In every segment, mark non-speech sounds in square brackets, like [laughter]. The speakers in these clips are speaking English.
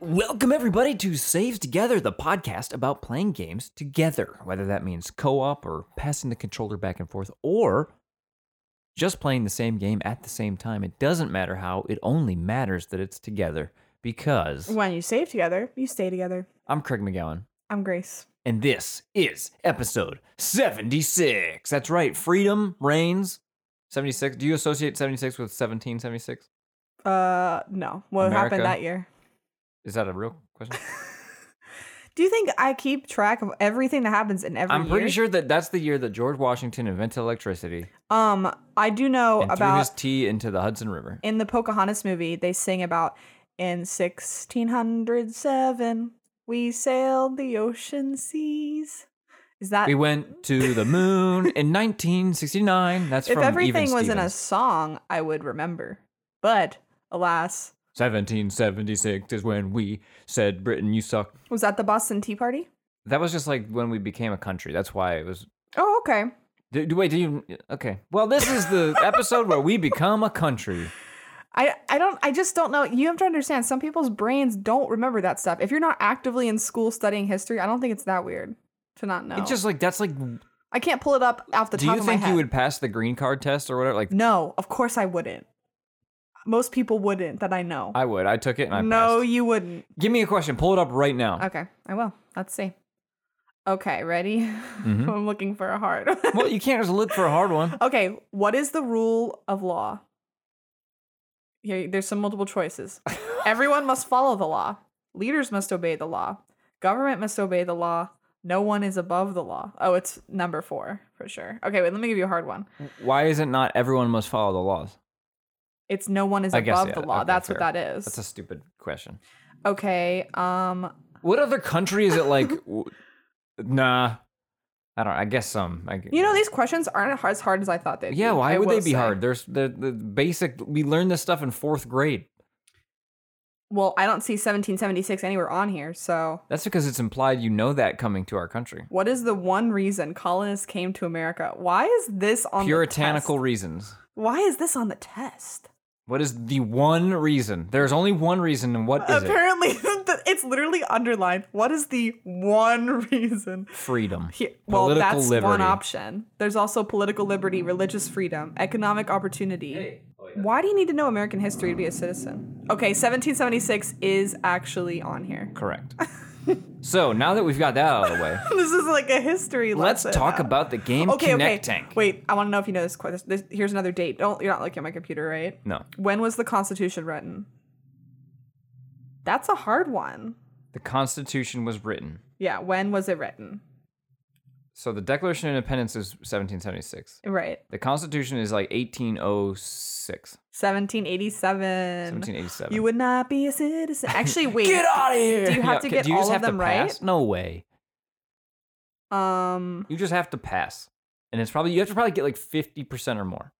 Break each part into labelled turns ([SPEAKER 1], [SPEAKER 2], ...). [SPEAKER 1] Welcome, everybody, to Save Together, the podcast about playing games together, whether that means co op or passing the controller back and forth or just playing the same game at the same time. It doesn't matter how, it only matters that it's together because
[SPEAKER 2] When you save together, you stay together.
[SPEAKER 1] I'm Craig McGowan.
[SPEAKER 2] I'm Grace.
[SPEAKER 1] And this is episode 76. That's right. Freedom reigns. 76. Do you associate 76 with 1776?
[SPEAKER 2] Uh, no. What
[SPEAKER 1] America.
[SPEAKER 2] happened that year?
[SPEAKER 1] Is that a real question?
[SPEAKER 2] Do you think I keep track of everything that happens in [laughs] every
[SPEAKER 1] I'm
[SPEAKER 2] year?
[SPEAKER 1] pretty sure that that's the year that George Washington invented electricity
[SPEAKER 2] Um, I do know
[SPEAKER 1] and threw
[SPEAKER 2] about
[SPEAKER 1] his tea into the Hudson River.
[SPEAKER 2] in the Pocahontas movie, they sing about in 1607 we sailed the ocean seas. Is that
[SPEAKER 1] We went to the moon
[SPEAKER 2] [laughs]
[SPEAKER 1] in 1969. That's
[SPEAKER 2] if
[SPEAKER 1] from
[SPEAKER 2] everything
[SPEAKER 1] Even
[SPEAKER 2] was in a
[SPEAKER 1] Stevens.
[SPEAKER 2] song, I would remember. But alas,
[SPEAKER 1] 1776 is when we said Britain, you suck.
[SPEAKER 2] was that the Boston Tea Party?
[SPEAKER 1] That was just like when we became a country. That's why it was
[SPEAKER 2] Oh, okay.
[SPEAKER 1] Do, do- wait, do you? Okay. Well, this is the
[SPEAKER 2] [laughs]
[SPEAKER 1] episode where we become a country.
[SPEAKER 2] I, I don't I just don't know. You have to understand some people's brains don't remember that stuff. If you're not actively in school studying history, I don't think it's that weird to not know.
[SPEAKER 1] It's just like that's like.
[SPEAKER 2] I can't pull it up off the
[SPEAKER 1] do
[SPEAKER 2] top
[SPEAKER 1] you
[SPEAKER 2] of my
[SPEAKER 1] think
[SPEAKER 2] head.
[SPEAKER 1] you would pass the green card test or whatever? Like
[SPEAKER 2] No, of course I wouldn't. Most people wouldn't that I know.
[SPEAKER 1] I would. I took it and I
[SPEAKER 2] no,
[SPEAKER 1] passed.
[SPEAKER 2] you wouldn't.
[SPEAKER 1] Give me a question. Pull it up right now.
[SPEAKER 2] Okay, I will. Let's see. Okay, ready? [laughs]
[SPEAKER 1] Mhm.
[SPEAKER 2] I'm looking for a hard. [laughs]
[SPEAKER 1] Well, you can't just look for a hard one.
[SPEAKER 2] okay, what is the rule of law? Here, there's some multiple choices. Everyone
[SPEAKER 1] [laughs]
[SPEAKER 2] must follow the law. Leaders must obey the law. Government must obey the law. No one is above the law. Oh, it's number four for sure. Okay, wait, let me give you a hard one.
[SPEAKER 1] Why is it not everyone must follow the laws?
[SPEAKER 2] It's no one is
[SPEAKER 1] I guess,
[SPEAKER 2] above
[SPEAKER 1] yeah,
[SPEAKER 2] the law.
[SPEAKER 1] okay,
[SPEAKER 2] That's
[SPEAKER 1] fair.
[SPEAKER 2] what that is.
[SPEAKER 1] That's a stupid question.
[SPEAKER 2] okay, um,
[SPEAKER 1] What other country is it
[SPEAKER 2] [laughs]
[SPEAKER 1] like? w- nah, I don't. I guess some. I,
[SPEAKER 2] you know, these questions aren't as hard as I thought they'd be.
[SPEAKER 1] Yeah. Why
[SPEAKER 2] I
[SPEAKER 1] would
[SPEAKER 2] will
[SPEAKER 1] they be
[SPEAKER 2] say.
[SPEAKER 1] hard? There's the, the basic. We learned this stuff in fourth grade.
[SPEAKER 2] Well, I don't see 1776 anywhere on here, so.
[SPEAKER 1] That's because it's implied you know that coming to our country.
[SPEAKER 2] What is the one reason colonists came to America? Why is this on
[SPEAKER 1] Puritanical
[SPEAKER 2] the test?
[SPEAKER 1] reasons.
[SPEAKER 2] Why is this on the test?
[SPEAKER 1] What is the one reason? There's only one reason, and what is it?
[SPEAKER 2] Apparently, [laughs] the- it's literally underlined. What is the one [laughs] reason?
[SPEAKER 1] Freedom.
[SPEAKER 2] Here, well,
[SPEAKER 1] Political
[SPEAKER 2] that's one
[SPEAKER 1] liberty.
[SPEAKER 2] option. There's also political liberty, religious freedom, economic opportunity. Why do you need to know American history to be a citizen? Okay, 1776 is actually on here. [laughs]
[SPEAKER 1] Correct. so now that we've got that out of the way,
[SPEAKER 2] this is like a history
[SPEAKER 1] let's
[SPEAKER 2] lesson.
[SPEAKER 1] talk about the game
[SPEAKER 2] okay,
[SPEAKER 1] Connect
[SPEAKER 2] okay.
[SPEAKER 1] Tank.
[SPEAKER 2] Wait, I want to know if you know this, que- this. This here's another date. Don't you're not looking at my computer, right?
[SPEAKER 1] No,
[SPEAKER 2] When was the Constitution written? That's a hard one.
[SPEAKER 1] the Constitution was written.
[SPEAKER 2] Yeah, when was it written?
[SPEAKER 1] So the Declaration of Independence is 1776.
[SPEAKER 2] Right.
[SPEAKER 1] The Constitution is like 1806,
[SPEAKER 2] 1787.
[SPEAKER 1] 1787.
[SPEAKER 2] You would not be a citizen.
[SPEAKER 1] [laughs]
[SPEAKER 2] Actually, wait.
[SPEAKER 1] Get out of here!
[SPEAKER 2] Do you have to
[SPEAKER 1] okay,
[SPEAKER 2] get
[SPEAKER 1] do you
[SPEAKER 2] all
[SPEAKER 1] just
[SPEAKER 2] of
[SPEAKER 1] have to
[SPEAKER 2] them right?
[SPEAKER 1] pass? No way.
[SPEAKER 2] Um,
[SPEAKER 1] You just have to pass, and it's probably you have to probably get like 50 percent or more.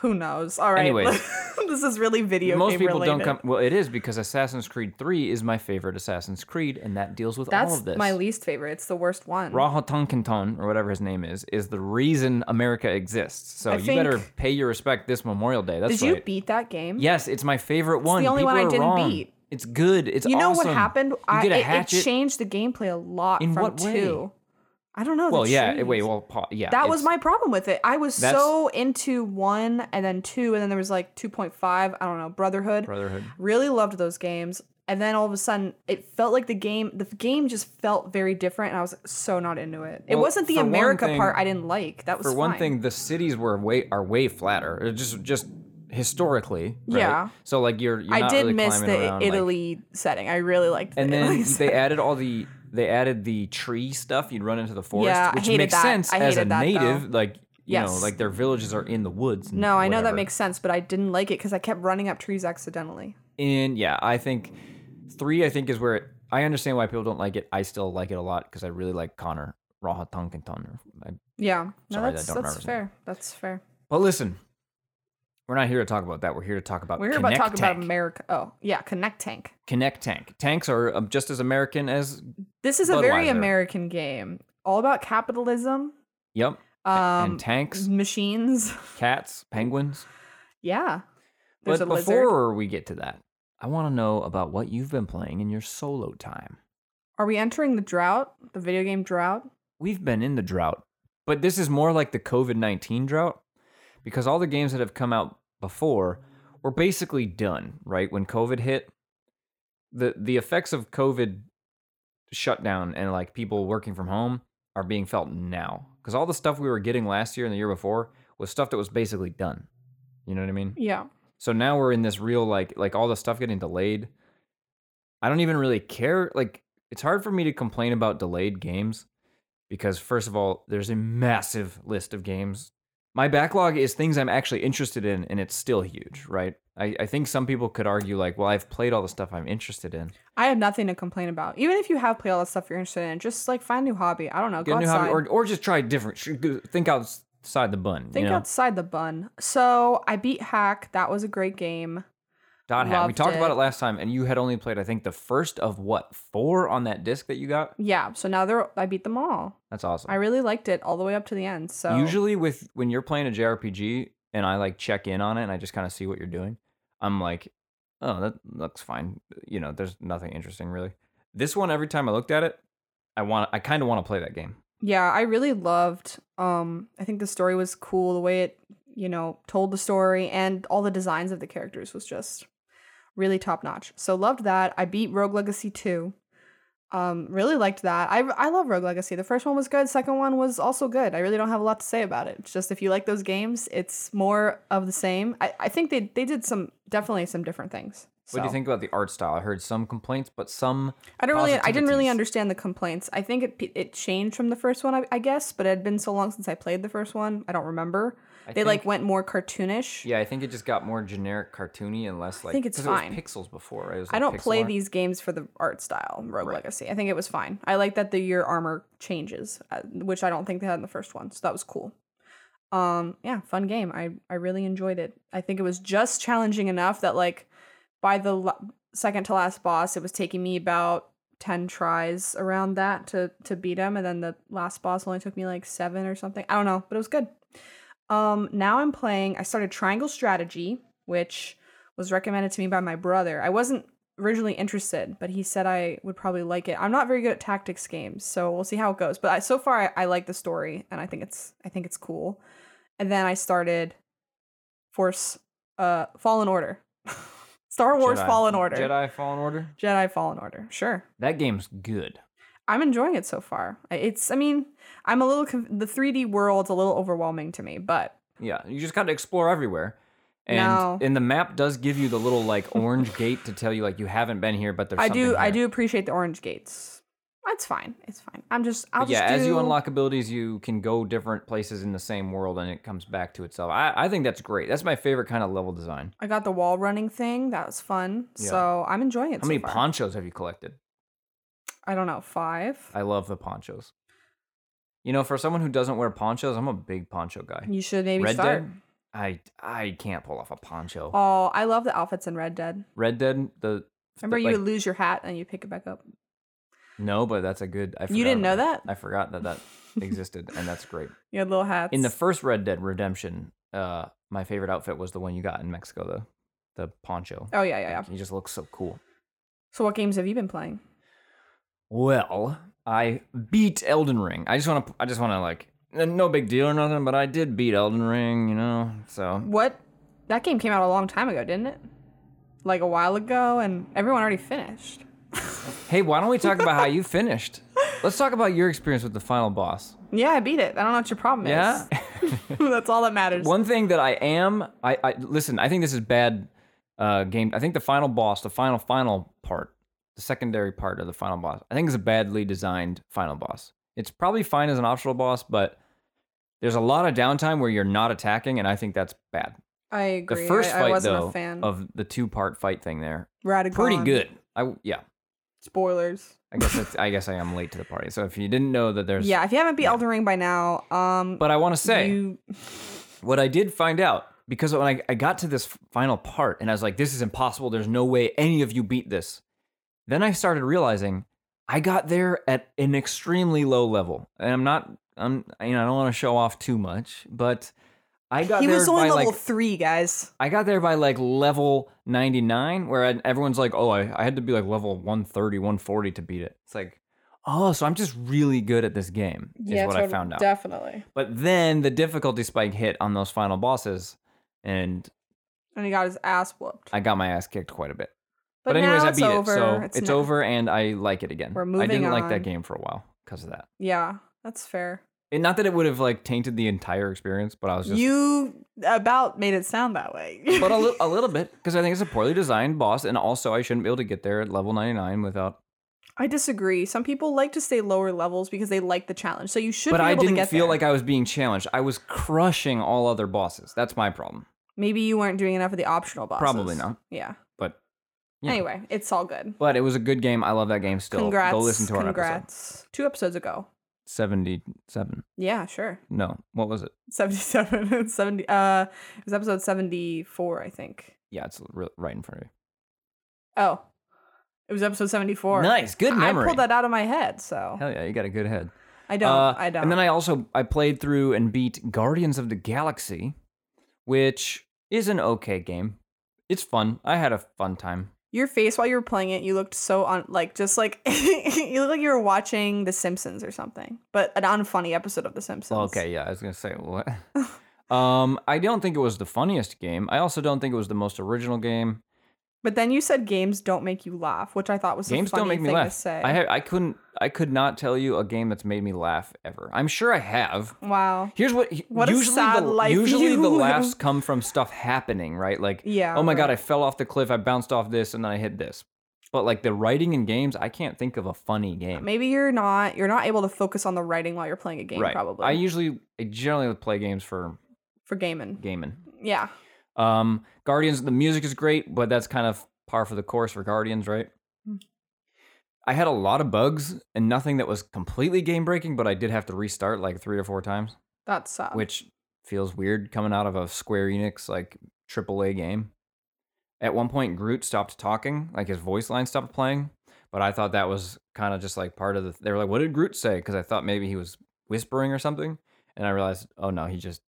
[SPEAKER 2] who knows? All right.
[SPEAKER 1] Anyways.
[SPEAKER 2] [laughs] this is really video
[SPEAKER 1] Most
[SPEAKER 2] game
[SPEAKER 1] people
[SPEAKER 2] related.
[SPEAKER 1] don't come. Well, it is because Assassin's Creed 3 is my favorite Assassin's Creed, and that deals with all
[SPEAKER 2] That's
[SPEAKER 1] of this.
[SPEAKER 2] my least favorite. It's the worst one.
[SPEAKER 1] Rahotankinton, or whatever his name is, is the reason America exists. So
[SPEAKER 2] I
[SPEAKER 1] you better
[SPEAKER 2] think-
[SPEAKER 1] pay your respect this Memorial Day. That's
[SPEAKER 2] Did you
[SPEAKER 1] right.
[SPEAKER 2] beat that game?
[SPEAKER 1] yes, it's my favorite one.
[SPEAKER 2] only
[SPEAKER 1] People
[SPEAKER 2] one I
[SPEAKER 1] are
[SPEAKER 2] didn't
[SPEAKER 1] wrong.
[SPEAKER 2] beat.
[SPEAKER 1] It's good. It's
[SPEAKER 2] You know
[SPEAKER 1] awesome.
[SPEAKER 2] what happened?
[SPEAKER 1] You
[SPEAKER 2] I,
[SPEAKER 1] get a
[SPEAKER 2] it- it,
[SPEAKER 1] hatchet.
[SPEAKER 2] changed the gameplay a lot
[SPEAKER 1] In
[SPEAKER 2] from
[SPEAKER 1] what way?
[SPEAKER 2] two. I don't know.
[SPEAKER 1] well,
[SPEAKER 2] they
[SPEAKER 1] Oh, yeah.
[SPEAKER 2] changed.
[SPEAKER 1] Wait. Well, pa- yeah.
[SPEAKER 2] that was
[SPEAKER 1] it's-
[SPEAKER 2] my problem with it. I was
[SPEAKER 1] That's-
[SPEAKER 2] so into one and then two, and then there was like 2.5, I don't know, Brotherhood.
[SPEAKER 1] Brotherhood.
[SPEAKER 2] Really loved those games. And then all of a sudden, it felt like the game, the game just felt very different, and I was so not into it. it
[SPEAKER 1] Well,
[SPEAKER 2] wasn't the
[SPEAKER 1] for one
[SPEAKER 2] America
[SPEAKER 1] thing-
[SPEAKER 2] part I didn't like. That was
[SPEAKER 1] For one
[SPEAKER 2] fine.
[SPEAKER 1] thing, the cities were way are way flatter. Or Just just historically. right?
[SPEAKER 2] Yeah.
[SPEAKER 1] So like you're. you're
[SPEAKER 2] I
[SPEAKER 1] not
[SPEAKER 2] did
[SPEAKER 1] really
[SPEAKER 2] miss
[SPEAKER 1] climbing
[SPEAKER 2] the
[SPEAKER 1] around, like-
[SPEAKER 2] Italy setting. I really liked the
[SPEAKER 1] and
[SPEAKER 2] [laughs] Italy
[SPEAKER 1] then they
[SPEAKER 2] setting.
[SPEAKER 1] added all the they added the tree stuff you'd run into the forest
[SPEAKER 2] Yeah, I
[SPEAKER 1] which
[SPEAKER 2] hated
[SPEAKER 1] makes
[SPEAKER 2] that.
[SPEAKER 1] sense
[SPEAKER 2] I
[SPEAKER 1] as a
[SPEAKER 2] hated that,
[SPEAKER 1] native like you know
[SPEAKER 2] Yes.
[SPEAKER 1] like their villages are in the woods and
[SPEAKER 2] No, I know that
[SPEAKER 1] whatever.
[SPEAKER 2] makes sense, but I didn't like it because I kept running up trees accidentally.
[SPEAKER 1] and yeah i think three i think is where it, i understand why people don't like it i still like it a lot because i really like connor raha tonkinton
[SPEAKER 2] Yeah, no,
[SPEAKER 1] Sorry, I
[SPEAKER 2] that's
[SPEAKER 1] don't remember
[SPEAKER 2] that's
[SPEAKER 1] his
[SPEAKER 2] fair. That's fair.
[SPEAKER 1] but listen we're not here to talk about that we're here to talk about
[SPEAKER 2] We're here
[SPEAKER 1] Uh, connect
[SPEAKER 2] about talking
[SPEAKER 1] tank.
[SPEAKER 2] about America. Oh, yeah, Connect Tank.
[SPEAKER 1] connect tank tanks are um, just as american as
[SPEAKER 2] This is a very
[SPEAKER 1] Budweiser.
[SPEAKER 2] American game, all about capitalism,
[SPEAKER 1] yep
[SPEAKER 2] um,
[SPEAKER 1] and tanks
[SPEAKER 2] machines.
[SPEAKER 1] cats penguins
[SPEAKER 2] Yeah, there's
[SPEAKER 1] but
[SPEAKER 2] a
[SPEAKER 1] before
[SPEAKER 2] lizard.
[SPEAKER 1] we get to that I want to know about what you've been playing in your solo time.
[SPEAKER 2] Are we entering the drought, the video game drought?
[SPEAKER 1] We've been in the drought, but this is more like the COVID 19 drought because all the games that have come out before were basically done, right? When COVID hit, the, the effects of COVID shutdown and like people working from home are being felt now because all the stuff we were getting last year and the year before was stuff that was basically done. You know what I mean?
[SPEAKER 2] Yeah.
[SPEAKER 1] So now we're in this real like like all the stuff getting delayed. I don't even really care. Like it's hard for me to complain about delayed games because first of all, there's a massive list of games. My backlog is things I'm actually interested in, and it's still huge, right? I, I think some people could argue like, well, I've played all the stuff I'm interested in.
[SPEAKER 2] I have nothing to complain about. Even if you have played all the stuff you're interested in, just like find a new hobby. I don't know.
[SPEAKER 1] Get
[SPEAKER 2] go
[SPEAKER 1] a new hobby,
[SPEAKER 2] outside.
[SPEAKER 1] or or just try different. sh- Think outside the bun.
[SPEAKER 2] Think
[SPEAKER 1] you know?
[SPEAKER 2] outside the bun. So I beat Hack. That was a great game.
[SPEAKER 1] Dot hat. We
[SPEAKER 2] loved
[SPEAKER 1] talked about
[SPEAKER 2] it.
[SPEAKER 1] it last time, and you had only played I think the first of what four on that disc that you got.
[SPEAKER 2] Yeah. So now they're I beat them all.
[SPEAKER 1] That's awesome.
[SPEAKER 2] I really liked it all the way up to the end. So
[SPEAKER 1] Usually with when you're playing a JRPG and I like check in on it and I just kind of see what you're doing, I'm like, oh, that looks fine. Uh, You know, there's nothing interesting really. This one, every time I looked at it, I want I kind of want to play that game.
[SPEAKER 2] yeah, I really loved um I think the story was cool, the way it, you know, told the story and all the designs of the characters was just really top notch. So loved that. I beat Rogue Legacy 2. Um really liked that. I I love Rogue Legacy. The first one was good, second one was also good. I really don't have a lot to say about it. It's just if you like those games, it's more of the same. I, I think they they did some definitely some different things.
[SPEAKER 1] What do you
[SPEAKER 2] So-
[SPEAKER 1] think about the art style? I heard some complaints, but some
[SPEAKER 2] I don't really. I didn't really
[SPEAKER 1] positivities.
[SPEAKER 2] understand the complaints. I think it it changed from the first one, I, I guess, but it had been so long since I played the first one, I don't remember.
[SPEAKER 1] I
[SPEAKER 2] they like
[SPEAKER 1] think-
[SPEAKER 2] went more cartoonish.
[SPEAKER 1] Yeah, I think it just got more generic, cartoony, and less like.
[SPEAKER 2] think it's
[SPEAKER 1] 'cause
[SPEAKER 2] fine.
[SPEAKER 1] It was pixels before, right? It was
[SPEAKER 2] I
[SPEAKER 1] like
[SPEAKER 2] don't
[SPEAKER 1] pixel
[SPEAKER 2] play
[SPEAKER 1] art.
[SPEAKER 2] these games for the art style, Rogue
[SPEAKER 1] Right.
[SPEAKER 2] Legacy. I think it was fine. I like that the your armor changes, uh, which I don't think they had in the first one, so that was cool. Um, yeah, fun game. I I really enjoyed it. I think it was just challenging enough that like by the la- second to last boss, it was taking me about ten tries around that to to beat him, and then the last boss only took me like seven or something. I don't know, but it was good. Um, now I'm playing. I started Triangle Strategy, which was recommended to me by my brother. I wasn't originally interested, but he said I would probably like it. I'm not very good at tactics games, so we'll see how it goes. But I, so far, I, I like the story, and I think it's I think it's cool. And then I started Force uh Fallen Order, [laughs] Star Wars
[SPEAKER 1] Jedi-
[SPEAKER 2] Fallen Order,
[SPEAKER 1] Jedi Fallen Order.
[SPEAKER 2] Jedi Fallen Order. Sure,
[SPEAKER 1] That game's good.
[SPEAKER 2] I'm enjoying it so far. I- It's I mean I'm a little conf- the 3D world's a little overwhelming to me, but
[SPEAKER 1] Yeah, you just got to explore everywhere. And
[SPEAKER 2] No.
[SPEAKER 1] and the map does give you the little like orange gate to tell you like you haven't been here, but there's
[SPEAKER 2] I
[SPEAKER 1] something
[SPEAKER 2] do I
[SPEAKER 1] here.
[SPEAKER 2] do appreciate the orange gates. It's fine. It's fine. I'm just I'll
[SPEAKER 1] But yeah,
[SPEAKER 2] just
[SPEAKER 1] as you
[SPEAKER 2] do-
[SPEAKER 1] unlock abilities, you can go different places in the same world, and it comes back to itself. I, I think that's great. That's my favorite kind of level design.
[SPEAKER 2] I got the wall running thing. That was fun.
[SPEAKER 1] Yeah.
[SPEAKER 2] So I'm enjoying it.
[SPEAKER 1] How many
[SPEAKER 2] so far.
[SPEAKER 1] ponchos have you collected?
[SPEAKER 2] I don't know. Five.
[SPEAKER 1] I love the ponchos. You know, for someone who doesn't wear ponchos, I'm a big poncho guy.
[SPEAKER 2] You should maybe
[SPEAKER 1] Red
[SPEAKER 2] start.
[SPEAKER 1] Dead. I I can't pull off a poncho.
[SPEAKER 2] Oh, I love the outfits in Red Dead.
[SPEAKER 1] Red Dead. The
[SPEAKER 2] Remember,
[SPEAKER 1] the,
[SPEAKER 2] you
[SPEAKER 1] like-
[SPEAKER 2] would lose your hat and you pick it back up.
[SPEAKER 1] no, but that's a good. I
[SPEAKER 2] You
[SPEAKER 1] forgot
[SPEAKER 2] didn't know
[SPEAKER 1] about
[SPEAKER 2] that?
[SPEAKER 1] I forgot that
[SPEAKER 2] [laughs]
[SPEAKER 1] that existed, and that's great.
[SPEAKER 2] You had little hats.
[SPEAKER 1] In the first Red Dead Redemption, uh, my favorite outfit was the one you got in Mexico, the the poncho.
[SPEAKER 2] oh yeah, yeah, yeah.
[SPEAKER 1] Like, He just looks so cool.
[SPEAKER 2] So what games have you been playing?
[SPEAKER 1] Well, I beat Elden Ring. I just want to. I just want to like. n- No big deal or nothing, but I did beat Elden Ring. You know, so
[SPEAKER 2] What? That game came out a long time ago, didn't it? Like a while ago, and everyone already finished.
[SPEAKER 1] hey, why don't we talk about how you finished? Let's talk about your experience with the final boss.
[SPEAKER 2] Yeah, I beat it. I don't know what your problem is. [laughs]
[SPEAKER 1] Yeah. [laughs]
[SPEAKER 2] That's all that matters.
[SPEAKER 1] One thing that I am, I, I listen. I think this is bad uh, game. I think the final boss, the final final part, the secondary part of the final boss, I think is a badly designed final boss. It's probably fine as an optional boss, but there's a lot of downtime where you're not attacking, and I think that's bad.
[SPEAKER 2] I
[SPEAKER 1] The
[SPEAKER 2] agree.
[SPEAKER 1] first
[SPEAKER 2] I,
[SPEAKER 1] fight
[SPEAKER 2] I wasn't
[SPEAKER 1] though
[SPEAKER 2] a fan.
[SPEAKER 1] of the two part fight thing there,
[SPEAKER 2] Radagon.
[SPEAKER 1] pretty good. I yeah,
[SPEAKER 2] Spoilers.
[SPEAKER 1] I guess that's, I guess I am late to the party. So if you didn't know that there's
[SPEAKER 2] Yeah, if you haven't beat Elden Ring by now, um,
[SPEAKER 1] but I want to say
[SPEAKER 2] you
[SPEAKER 1] what I did find out because when I, I got to this final part and I was like, this is impossible. There's no way any of you beat this. Then I started realizing I got there at an extremely low level. And I'm not, I'm, you know, I don't want to show off too much, but I got
[SPEAKER 2] he
[SPEAKER 1] there
[SPEAKER 2] was
[SPEAKER 1] by
[SPEAKER 2] only level
[SPEAKER 1] like
[SPEAKER 2] three, guys.
[SPEAKER 1] I got there by like level 99, where I, everyone's like, oh, I, I had to be like level 130, 140 to beat it. It's like, oh, so I'm just really good at this game, is what I found out.
[SPEAKER 2] Definitely.
[SPEAKER 1] but then the difficulty spike hit on those final bosses, and
[SPEAKER 2] And he got his ass whooped.
[SPEAKER 1] I got my ass kicked quite a bit.
[SPEAKER 2] but
[SPEAKER 1] But, anyways,
[SPEAKER 2] now
[SPEAKER 1] I
[SPEAKER 2] it's
[SPEAKER 1] beat
[SPEAKER 2] over.
[SPEAKER 1] it, so it's,
[SPEAKER 2] na-
[SPEAKER 1] over, and I like it again.
[SPEAKER 2] We're
[SPEAKER 1] I
[SPEAKER 2] moving
[SPEAKER 1] didn't like
[SPEAKER 2] on.
[SPEAKER 1] that game for a while because of that.
[SPEAKER 2] Yeah, that's fair.
[SPEAKER 1] And not that it would have like tainted the entire experience, but I was just
[SPEAKER 2] you about made it sound that way.
[SPEAKER 1] [laughs] but a, li- a
[SPEAKER 2] [laughs]
[SPEAKER 1] little bit because I think it's a poorly designed boss, and also I shouldn't be able to get there at level 99 without.
[SPEAKER 2] I disagree. Some people like to stay lower levels because they like the challenge. So you should.
[SPEAKER 1] but
[SPEAKER 2] be
[SPEAKER 1] I
[SPEAKER 2] able to
[SPEAKER 1] didn't
[SPEAKER 2] get
[SPEAKER 1] feel
[SPEAKER 2] there.
[SPEAKER 1] like I was being challenged. I was crushing all other bosses. That's my problem.
[SPEAKER 2] maybe you weren't doing enough of the optional bosses.
[SPEAKER 1] Probably not.
[SPEAKER 2] Yeah.
[SPEAKER 1] But yeah.
[SPEAKER 2] Anyway, it's all good.
[SPEAKER 1] but it was a good game. I love that game still.
[SPEAKER 2] congrats.
[SPEAKER 1] Go listen to our episode
[SPEAKER 2] congrats. Two episodes ago.
[SPEAKER 1] 77.
[SPEAKER 2] Yeah, sure. [laughs]
[SPEAKER 1] No, what was it?
[SPEAKER 2] 77 and 70 uh it was episode 74 i think
[SPEAKER 1] Yeah, it's re- right in front of you.
[SPEAKER 2] oh it was episode 74
[SPEAKER 1] Nice, good memory.
[SPEAKER 2] i pulled that out of my head so
[SPEAKER 1] Hell yeah, you got a good head.
[SPEAKER 2] i don't
[SPEAKER 1] Uh,
[SPEAKER 2] i don't
[SPEAKER 1] And then I also I played through and beat Guardians of the Galaxy, which is an okay game. It's fun. I had a fun time.
[SPEAKER 2] your face while you were playing it you looked so on like just like [laughs] you looked like you were watching the simpsons or something but an unfunny episode of the simpsons
[SPEAKER 1] Okay, yeah, I was gonna say [laughs] what.
[SPEAKER 2] [laughs]
[SPEAKER 1] um, I don't think it was the funniest game. I also don't think it was the most original game.
[SPEAKER 2] but then you said games don't make you laugh which i thought was
[SPEAKER 1] Games
[SPEAKER 2] a funny
[SPEAKER 1] don't make me
[SPEAKER 2] thing
[SPEAKER 1] laugh.
[SPEAKER 2] to say
[SPEAKER 1] I ha- I couldn't I could not tell you a game that's made me laugh ever. I'm sure I have.
[SPEAKER 2] wow
[SPEAKER 1] Here's what,
[SPEAKER 2] What a
[SPEAKER 1] usually
[SPEAKER 2] sad
[SPEAKER 1] the
[SPEAKER 2] life
[SPEAKER 1] usually
[SPEAKER 2] you [laughs]
[SPEAKER 1] the
[SPEAKER 2] live.
[SPEAKER 1] laughs come from stuff happening, right? Like
[SPEAKER 2] yeah
[SPEAKER 1] oh my god, I
[SPEAKER 2] right.
[SPEAKER 1] fell off the cliff, I bounced off this, and then I hit this. But like the writing in games, I can't think of a funny game.
[SPEAKER 2] maybe you're not you're not able to focus on the writing while you're playing a game
[SPEAKER 1] right.
[SPEAKER 2] probably
[SPEAKER 1] I usually I generally play games for
[SPEAKER 2] for gaming
[SPEAKER 1] gaming.
[SPEAKER 2] yeah
[SPEAKER 1] Um, Guardians, the music is great, but that's kind of par for the course for Guardians, right?
[SPEAKER 2] Mm.
[SPEAKER 1] I had a lot of bugs and nothing that was completely game breaking, but I did have to restart like three or four times,
[SPEAKER 2] That sucks.
[SPEAKER 1] which feels weird coming out of a Square Enix like AAA game. At one point, Groot stopped talking, like his voice line stopped playing, but I thought that was kind of just like part of the. They were like, "What did Groot say?" Because I thought maybe he was whispering or something, and I realized, oh no, he just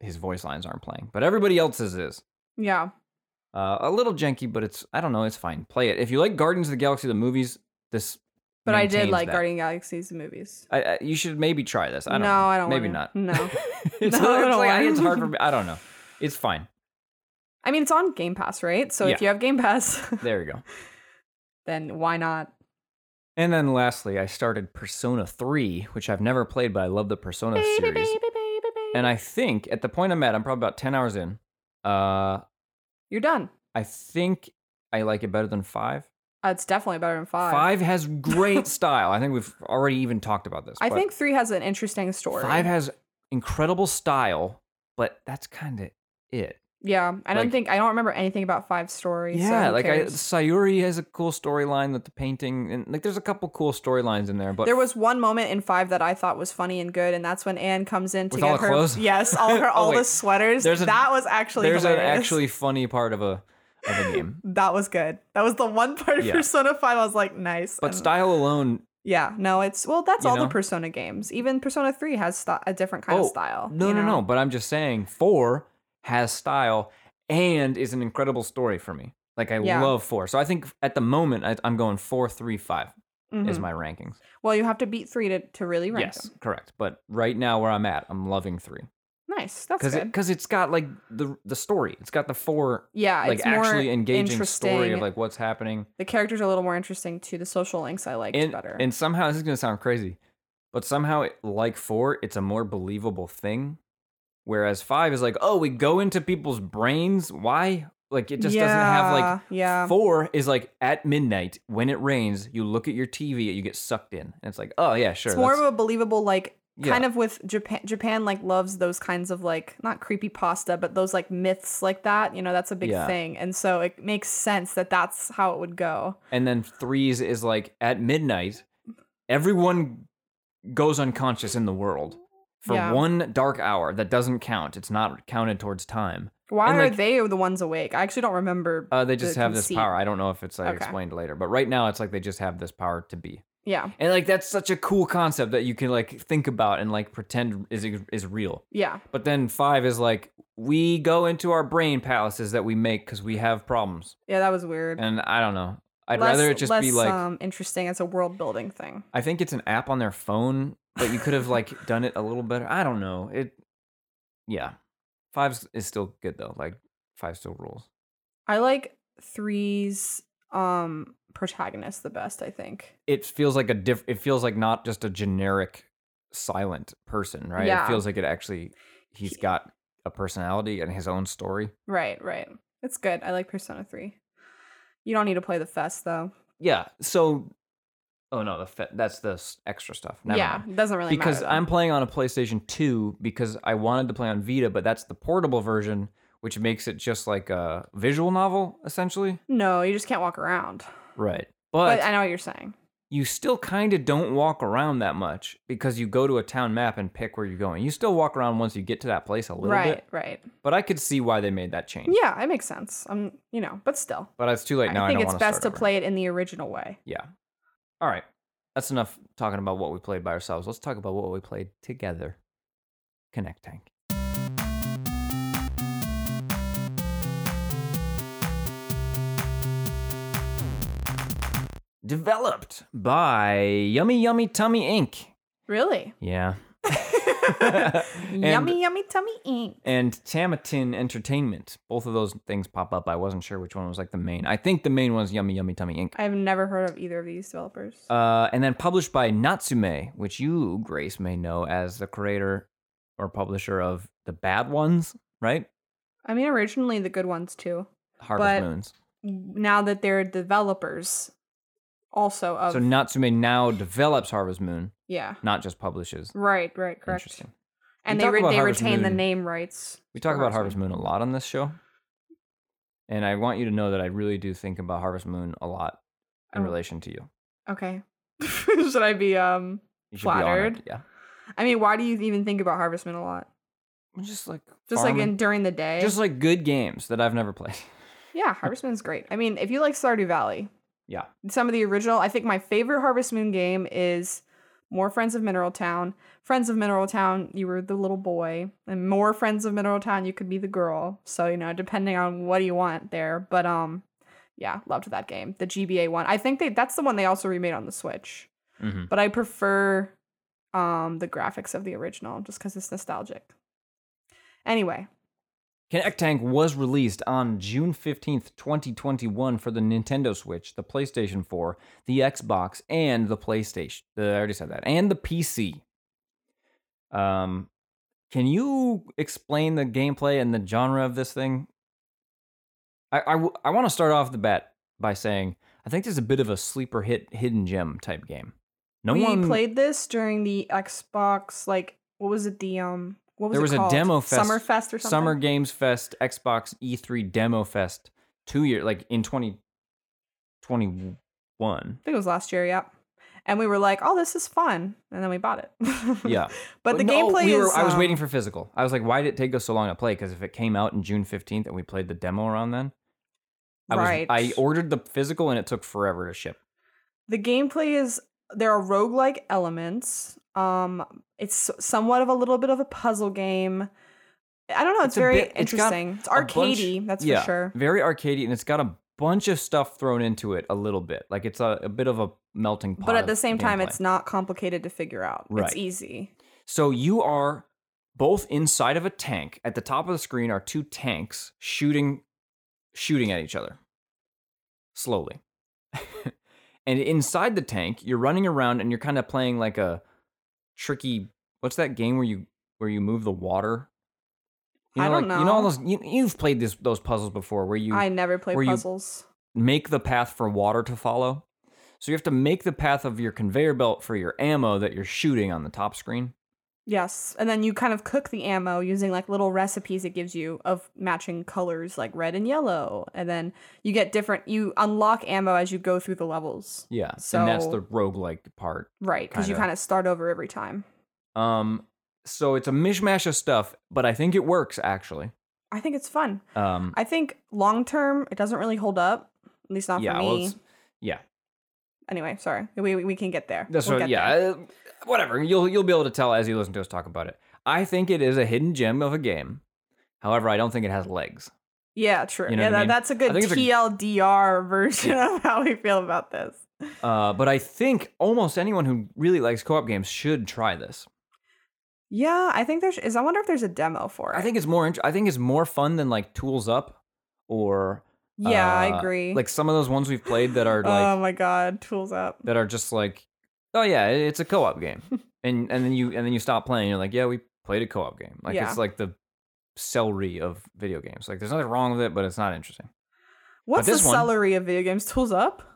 [SPEAKER 1] his voice lines aren't playing, but everybody else's is.
[SPEAKER 2] yeah,
[SPEAKER 1] Uh, a little janky, but it's I don't know, it's fine. Play it if you like Guardians of the Galaxy the movies. This,
[SPEAKER 2] but I did
[SPEAKER 1] maintains
[SPEAKER 2] like
[SPEAKER 1] that.
[SPEAKER 2] Guardian Galaxies the movies.
[SPEAKER 1] I, I, you should maybe try this. I don't
[SPEAKER 2] No,
[SPEAKER 1] know.
[SPEAKER 2] I don't
[SPEAKER 1] Maybe
[SPEAKER 2] wanna.
[SPEAKER 1] not. [laughs]
[SPEAKER 2] No.
[SPEAKER 1] it's,
[SPEAKER 2] No, I
[SPEAKER 1] it's
[SPEAKER 2] don't
[SPEAKER 1] like-
[SPEAKER 2] wanna.
[SPEAKER 1] it's hard for me. I don't know. It's fine.
[SPEAKER 2] I mean, it's on Game Pass, right? So if
[SPEAKER 1] Yeah.
[SPEAKER 2] you have Game Pass, [laughs]
[SPEAKER 1] [laughs] There you go.
[SPEAKER 2] then why not?
[SPEAKER 1] And then lastly, I started Persona Three, which I've never played, but I love the Persona series. And I think at the point I'm at, I'm probably about ten hours in. Uh,
[SPEAKER 2] You're done.
[SPEAKER 1] I think I like it better than five.
[SPEAKER 2] Uh, it's definitely better than five.
[SPEAKER 1] has
[SPEAKER 2] [laughs]
[SPEAKER 1] great style. I think we've already even talked about this.
[SPEAKER 2] I
[SPEAKER 1] but-
[SPEAKER 2] think three has an interesting story.
[SPEAKER 1] Five has incredible style, but that's kind of it.
[SPEAKER 2] yeah, I don't
[SPEAKER 1] like-
[SPEAKER 2] think I don't remember anything about five stories.
[SPEAKER 1] yeah, like I,
[SPEAKER 2] I,
[SPEAKER 1] Sayuri has a cool storyline with the painting, and like there's a couple cool storylines in there. But
[SPEAKER 2] there was one moment in five that I thought was funny and good, and that's when Anne comes in to
[SPEAKER 1] With
[SPEAKER 2] get
[SPEAKER 1] all the
[SPEAKER 2] her
[SPEAKER 1] clothes?
[SPEAKER 2] [laughs] yes, all
[SPEAKER 1] [laughs]
[SPEAKER 2] her
[SPEAKER 1] Oh,
[SPEAKER 2] all the
[SPEAKER 1] wait.
[SPEAKER 2] sweaters.
[SPEAKER 1] There's a-
[SPEAKER 2] that was actually
[SPEAKER 1] there's an
[SPEAKER 2] hilarious.
[SPEAKER 1] actually funny part of a of a game.
[SPEAKER 2] [laughs] that was good. That was the one part of
[SPEAKER 1] Yeah.
[SPEAKER 2] Persona Five I was like, nice.
[SPEAKER 1] But
[SPEAKER 2] And-
[SPEAKER 1] style alone,
[SPEAKER 2] Yeah, no, it's well, that's
[SPEAKER 1] You
[SPEAKER 2] all the
[SPEAKER 1] know?
[SPEAKER 2] Persona games. Even Persona 3 has sti- a different kind
[SPEAKER 1] Oh,
[SPEAKER 2] of style.
[SPEAKER 1] no,
[SPEAKER 2] you
[SPEAKER 1] no,
[SPEAKER 2] know?
[SPEAKER 1] no. But I'm just saying, four has style and is an incredible story for me. Like I
[SPEAKER 2] Yeah.
[SPEAKER 1] love four, so I think at the moment I, I'm going four, three, five is
[SPEAKER 2] Mhm.
[SPEAKER 1] my rankings.
[SPEAKER 2] Well, you have to beat 3 to, to really rank
[SPEAKER 1] yes,
[SPEAKER 2] them.
[SPEAKER 1] correct. But right now where I'm at, I'm loving three.
[SPEAKER 2] Nice. That's
[SPEAKER 1] because
[SPEAKER 2] good.
[SPEAKER 1] because it, has got like the the story. It's got the four
[SPEAKER 2] yeah,
[SPEAKER 1] like
[SPEAKER 2] it's more
[SPEAKER 1] actually engaging story
[SPEAKER 2] interesting.
[SPEAKER 1] of like what's happening.
[SPEAKER 2] the characters are a little more interesting too. The social links I liked
[SPEAKER 1] And
[SPEAKER 2] better.
[SPEAKER 1] and somehow this is gonna sound crazy, but somehow it, like four, it's a more believable thing. Whereas five is like, oh, we go into people's brains. Why? Like it just doesn't have like.
[SPEAKER 2] Yeah, yeah.
[SPEAKER 1] Four is like at midnight when it rains, you look at your TV and you get sucked in, and it's like, oh yeah, sure.
[SPEAKER 2] it's more
[SPEAKER 1] that's-
[SPEAKER 2] of a believable like
[SPEAKER 1] Yeah.
[SPEAKER 2] kind of with Japan Japan like loves those kinds of like not creepy pasta but those like myths like that, you know, that's a big
[SPEAKER 1] Yeah.
[SPEAKER 2] thing. And so it makes sense that that's how it would go.
[SPEAKER 1] and then threes is like at midnight, everyone goes unconscious in the world for
[SPEAKER 2] Yeah.
[SPEAKER 1] one dark hour that doesn't count. It's not counted towards time.
[SPEAKER 2] Why
[SPEAKER 1] And,
[SPEAKER 2] are
[SPEAKER 1] like-
[SPEAKER 2] they the ones awake? I actually don't remember
[SPEAKER 1] Uh, they just
[SPEAKER 2] The
[SPEAKER 1] have this
[SPEAKER 2] conceit.
[SPEAKER 1] power. I don't know if it's like
[SPEAKER 2] Okay.
[SPEAKER 1] explained later, but right now it's like they just have this power to be.
[SPEAKER 2] Yeah.
[SPEAKER 1] And like that's such a cool concept that you can like think about and like pretend is is real.
[SPEAKER 2] Yeah.
[SPEAKER 1] But then 5 is like we go into our brain palaces that we make cuz we have problems.
[SPEAKER 2] Yeah, that was weird.
[SPEAKER 1] And I don't know. I'd
[SPEAKER 2] Less-
[SPEAKER 1] rather it just
[SPEAKER 2] less,
[SPEAKER 1] be like
[SPEAKER 2] um, interesting. It's a world building thing.
[SPEAKER 1] I think it's an app on their phone, but you could have
[SPEAKER 2] [laughs]
[SPEAKER 1] like done it a little better. I don't know. It, yeah, five is still good though. Like five still rules.
[SPEAKER 2] I like three's um protagonist the best. I think.
[SPEAKER 1] It feels like a diff. It feels like not just a generic silent person, right?
[SPEAKER 2] Yeah.
[SPEAKER 1] It feels like it actually he's
[SPEAKER 2] He-
[SPEAKER 1] got a personality and his own story.
[SPEAKER 2] Right. Right. It's good. I like Persona Three. You don't need to play the fest though.
[SPEAKER 1] Yeah. So, oh no, the fe- that's the s- extra stuff. Never
[SPEAKER 2] yeah,
[SPEAKER 1] mind.
[SPEAKER 2] it doesn't really
[SPEAKER 1] because
[SPEAKER 2] matter. though.
[SPEAKER 1] I'm playing on a PlayStation 2 because I wanted to play on Vita, but that's the portable version, which makes it just like a visual novel essentially.
[SPEAKER 2] no, you just can't walk around.
[SPEAKER 1] Right.
[SPEAKER 2] But,
[SPEAKER 1] But,
[SPEAKER 2] I know what you're saying.
[SPEAKER 1] you still kind of don't walk around that much because you go to a town map and pick where you're going. You still walk around once you get to that place a little
[SPEAKER 2] Right.
[SPEAKER 1] bit.
[SPEAKER 2] Right.
[SPEAKER 1] But I could see why they made that change.
[SPEAKER 2] Yeah, it makes sense. I'm, you know, but still,
[SPEAKER 1] But it's too late now. I
[SPEAKER 2] I think
[SPEAKER 1] don't
[SPEAKER 2] it's
[SPEAKER 1] wanna
[SPEAKER 2] best to
[SPEAKER 1] start over.
[SPEAKER 2] play it in the original way.
[SPEAKER 1] Yeah. All right. That's enough talking about what we played by ourselves. Let's talk about what we played together. Connect Tank. Developed by Yummy Yummy Tummy Inc.
[SPEAKER 2] Really? [laughs]
[SPEAKER 1] Yeah. [laughs] And-
[SPEAKER 2] yummy, yummy tummy ink.
[SPEAKER 1] and Tamatin Entertainment. Both of those things pop up. I wasn't sure which one was like the main. I think the main one's Yummy Yummy Tummy Inc.
[SPEAKER 2] I've never heard of either of these developers.
[SPEAKER 1] Uh, and then published by Natsume, which you, Grace, may know as the creator or publisher of The Bad Ones, right?
[SPEAKER 2] I mean, originally the good ones too.
[SPEAKER 1] Harvest
[SPEAKER 2] But-
[SPEAKER 1] Moons.
[SPEAKER 2] Now that they're developers, also of
[SPEAKER 1] So Natsume now develops Harvest Moon,
[SPEAKER 2] yeah,
[SPEAKER 1] not just publishes.
[SPEAKER 2] right, right, correct.
[SPEAKER 1] Interesting.
[SPEAKER 2] And
[SPEAKER 1] We
[SPEAKER 2] they
[SPEAKER 1] talk
[SPEAKER 2] re-
[SPEAKER 1] about
[SPEAKER 2] they
[SPEAKER 1] Harvest
[SPEAKER 2] retain the
[SPEAKER 1] Moon.
[SPEAKER 2] name rights.
[SPEAKER 1] We talk
[SPEAKER 2] for
[SPEAKER 1] about Harvest Moon a lot on this show. And I want you to know that I really do think about Harvest Moon a lot in
[SPEAKER 2] Oh.
[SPEAKER 1] relation to you.
[SPEAKER 2] Okay. [laughs] Should I be um?
[SPEAKER 1] You should be honored,
[SPEAKER 2] Flattered.
[SPEAKER 1] Yeah.
[SPEAKER 2] I mean, why do you even think about Harvest Moon a lot?
[SPEAKER 1] Just like
[SPEAKER 2] Just
[SPEAKER 1] farming.
[SPEAKER 2] like in during the day.
[SPEAKER 1] Just like good games that I've never played.
[SPEAKER 2] yeah, Harvest Moon's great. I mean, if you like Stardew Valley,
[SPEAKER 1] Yeah.
[SPEAKER 2] some of the original. I think my favorite Harvest Moon game is more Friends of Mineral Town. Friends of Mineral Town, you were the little boy, and more Friends of Mineral Town, you could be the girl. So you know, depending on what you want there. But um, yeah, loved that game. The GBA one. I think they that's the one they also remade on the Switch.
[SPEAKER 1] Mm-hmm.
[SPEAKER 2] But I prefer um the graphics of the original just because it's nostalgic. Anyway,
[SPEAKER 1] Connect Tank was released on June 15th, 2021 for the Nintendo Switch, the PlayStation 4, the Xbox, and the PlayStation. uh, I already said that. And the PC. Um can you explain the gameplay and the genre of this thing? I I, w- I want to start off the bat by saying I think there's a bit of a sleeper hit hidden gem type game. No
[SPEAKER 2] we
[SPEAKER 1] one
[SPEAKER 2] played this during the Xbox. Like, what was it? The um, what was
[SPEAKER 1] There
[SPEAKER 2] it
[SPEAKER 1] was a
[SPEAKER 2] called?
[SPEAKER 1] demo fest-
[SPEAKER 2] Summer Fest or something.
[SPEAKER 1] Summer Games Fest, Xbox E3 Demo Fest, two year like in twenty twenty one.
[SPEAKER 2] I think it was last year, yeah. And we were like, "Oh, this is fun," and then we bought it. [laughs]
[SPEAKER 1] Yeah,
[SPEAKER 2] but the
[SPEAKER 1] no,
[SPEAKER 2] gameplay
[SPEAKER 1] we
[SPEAKER 2] is.
[SPEAKER 1] were- I was
[SPEAKER 2] um,
[SPEAKER 1] waiting for physical. I was like, why did it take us so long to play? Because if it came out in June fifteenth and we played the demo around then, I
[SPEAKER 2] Right.
[SPEAKER 1] was I ordered the physical and it took forever to ship.
[SPEAKER 2] the gameplay is there are roguelike elements. Um, it's somewhat of a little bit of a puzzle game. I don't know. It's,
[SPEAKER 1] It's a
[SPEAKER 2] very
[SPEAKER 1] bit- it's got
[SPEAKER 2] interesting. It's,
[SPEAKER 1] a bunch-
[SPEAKER 2] arcadey, that's
[SPEAKER 1] yeah,
[SPEAKER 2] for sure.
[SPEAKER 1] very arcadey, and it's got a bunch of stuff thrown into it a little bit. Like it's a, a bit of a melting pot.
[SPEAKER 2] But at
[SPEAKER 1] of
[SPEAKER 2] the same time,
[SPEAKER 1] gameplay.
[SPEAKER 2] it's not complicated to figure out.
[SPEAKER 1] Right.
[SPEAKER 2] It's easy.
[SPEAKER 1] So you are both inside of a tank. At the top of the screen are two tanks shooting shooting at each other. Slowly. [laughs] and inside the tank, you're running around and you're kind of playing like a tricky what's that game where you where you move the water? You
[SPEAKER 2] I
[SPEAKER 1] know,
[SPEAKER 2] don't
[SPEAKER 1] like, You know all
[SPEAKER 2] know.
[SPEAKER 1] those you, you've played this, those puzzles before where you
[SPEAKER 2] I never play
[SPEAKER 1] where you-
[SPEAKER 2] puzzles.
[SPEAKER 1] make the path for water to follow. So you have to make the path of your conveyor belt for your ammo that you're shooting on the top screen.
[SPEAKER 2] Yes, and then you kind of cook the ammo using like little recipes it gives you of matching colors like red and yellow, and then you get different. You unlock ammo as you go through the levels,
[SPEAKER 1] Yeah. and that's
[SPEAKER 2] So-
[SPEAKER 1] the roguelike part.
[SPEAKER 2] right? Because you
[SPEAKER 1] Kinda.
[SPEAKER 2] kind of start over every time.
[SPEAKER 1] Um, so it's a mishmash of stuff, but I think it works actually.
[SPEAKER 2] I think it's fun.
[SPEAKER 1] Um,
[SPEAKER 2] I think long term it doesn't really hold up, at least not
[SPEAKER 1] yeah,
[SPEAKER 2] for me.
[SPEAKER 1] well, it's, yeah,
[SPEAKER 2] Anyway, sorry. We, we, we can get there.
[SPEAKER 1] That's
[SPEAKER 2] We'll
[SPEAKER 1] what,
[SPEAKER 2] get
[SPEAKER 1] yeah,
[SPEAKER 2] there.
[SPEAKER 1] uh, whatever. You'll you'll be able to tell as you listen to us talk about it. I think it is a hidden gem of a game. However, I don't think it has legs.
[SPEAKER 2] Yeah, true.
[SPEAKER 1] You know
[SPEAKER 2] yeah,
[SPEAKER 1] what I
[SPEAKER 2] that,
[SPEAKER 1] mean?
[SPEAKER 2] that's a
[SPEAKER 1] I
[SPEAKER 2] good
[SPEAKER 1] think it's a-
[SPEAKER 2] TLDR [laughs] version of how we feel about this.
[SPEAKER 1] Uh, but I think almost anyone who really likes co-op games should try this.
[SPEAKER 2] Yeah, I think there's is I wonder if there's a demo for it.
[SPEAKER 1] I think it's more. int- I think it's more fun than like Tools Up, or
[SPEAKER 2] Yeah,
[SPEAKER 1] uh,
[SPEAKER 2] I agree.
[SPEAKER 1] like some of those ones we've played that
[SPEAKER 2] [laughs]
[SPEAKER 1] are like
[SPEAKER 2] oh my god, tools up.
[SPEAKER 1] that are just like, oh yeah, it- it's a co-op
[SPEAKER 2] [laughs]
[SPEAKER 1] game, and and then you and then you stop playing. You're like, yeah, we played a co-op game. Like
[SPEAKER 2] Yeah.
[SPEAKER 1] it's like the celery of video games. Like there's nothing wrong with it, but it's not interesting.
[SPEAKER 2] What's the
[SPEAKER 1] this one-
[SPEAKER 2] celery of video games? Tools up?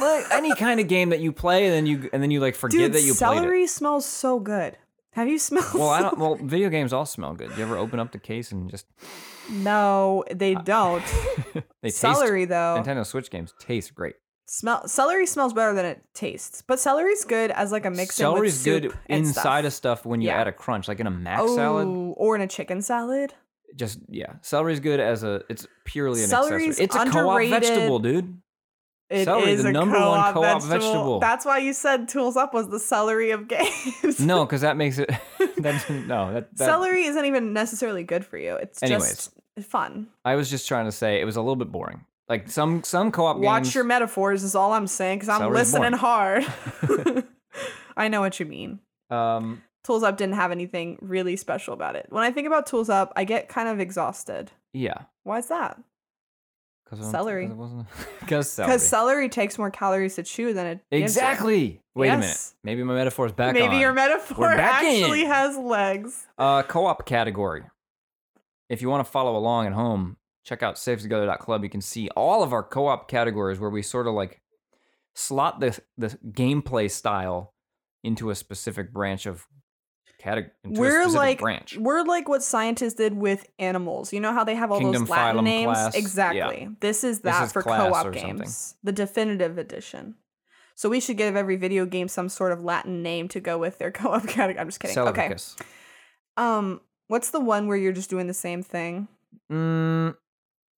[SPEAKER 1] like any kind of game that you play and then you and then you like forget
[SPEAKER 2] Dude,
[SPEAKER 1] that you played
[SPEAKER 2] celery smells so good. Have you [laughs] smelled
[SPEAKER 1] it. Well, I don't. Well, video games all smell good. You ever open up the case and just [laughs]
[SPEAKER 2] [laughs] No, they don't.
[SPEAKER 1] Uh, they
[SPEAKER 2] celery
[SPEAKER 1] taste?
[SPEAKER 2] though.
[SPEAKER 1] Nintendo Switch games taste great.
[SPEAKER 2] Smell celery smells better than it tastes. But celery's good as like a mix in with
[SPEAKER 1] Celery's good
[SPEAKER 2] soup and
[SPEAKER 1] inside of
[SPEAKER 2] stuff.
[SPEAKER 1] stuff when you
[SPEAKER 2] Yeah.
[SPEAKER 1] add a crunch, like in a mac
[SPEAKER 2] oh,
[SPEAKER 1] salad.
[SPEAKER 2] or in a chicken salad.
[SPEAKER 1] Just yeah, celery's good as a. It's purely an
[SPEAKER 2] Celery's
[SPEAKER 1] accessory. It's a co-op
[SPEAKER 2] underrated.
[SPEAKER 1] vegetable, dude.
[SPEAKER 2] [laughs] It is
[SPEAKER 1] Celery, the
[SPEAKER 2] a
[SPEAKER 1] number one
[SPEAKER 2] co-op
[SPEAKER 1] co-op
[SPEAKER 2] vegetable.
[SPEAKER 1] vegetable.
[SPEAKER 2] That's why you said tools up was the celery of [laughs] games.
[SPEAKER 1] No, because that makes it. [laughs] That's no. That, that
[SPEAKER 2] celery isn't even necessarily good for you. It's
[SPEAKER 1] Anyways.
[SPEAKER 2] just fun.
[SPEAKER 1] I was just trying to say it was a little bit boring. Like some some co-op
[SPEAKER 2] Watch
[SPEAKER 1] games.
[SPEAKER 2] your metaphors is all I'm saying because I'm
[SPEAKER 1] Celery's boring.
[SPEAKER 2] listening
[SPEAKER 1] [laughs]
[SPEAKER 2] hard. [laughs] I know what you mean.
[SPEAKER 1] um,
[SPEAKER 2] Tools Up didn't have anything really special about it. When I think about Tools Up, I get kind of exhausted.
[SPEAKER 1] yeah.
[SPEAKER 2] Why is that?
[SPEAKER 1] Cause [laughs]
[SPEAKER 2] Celery.
[SPEAKER 1] Because celery.
[SPEAKER 2] Because celery takes more calories to chew than it gives you.
[SPEAKER 1] Exactly. Wait a minute.
[SPEAKER 2] Yes.
[SPEAKER 1] Maybe my metaphor is back
[SPEAKER 2] Maybe
[SPEAKER 1] on.
[SPEAKER 2] your metaphor
[SPEAKER 1] We're back
[SPEAKER 2] actually
[SPEAKER 1] in.
[SPEAKER 2] has legs.
[SPEAKER 1] uh, co-op category. If you want to follow along at home, check out safetogether.club. You can see all of our co-op categories where we sort of like slot the the gameplay style into a specific branch of category.
[SPEAKER 2] We're like-
[SPEAKER 1] branch.
[SPEAKER 2] We're like what scientists did with animals. You know how they have all
[SPEAKER 1] Kingdom,
[SPEAKER 2] those Latin
[SPEAKER 1] phylum,
[SPEAKER 2] names?
[SPEAKER 1] class. Yeah.
[SPEAKER 2] Exactly. This is that
[SPEAKER 1] is
[SPEAKER 2] for
[SPEAKER 1] class
[SPEAKER 2] co op
[SPEAKER 1] or something.
[SPEAKER 2] games, the definitive edition. So we should give every video game some sort of Latin name to go with their [laughs] co op category. I'm just kidding. Okay.
[SPEAKER 1] Celericus.
[SPEAKER 2] Um, what's the one where you're just doing the same thing?
[SPEAKER 1] Mm,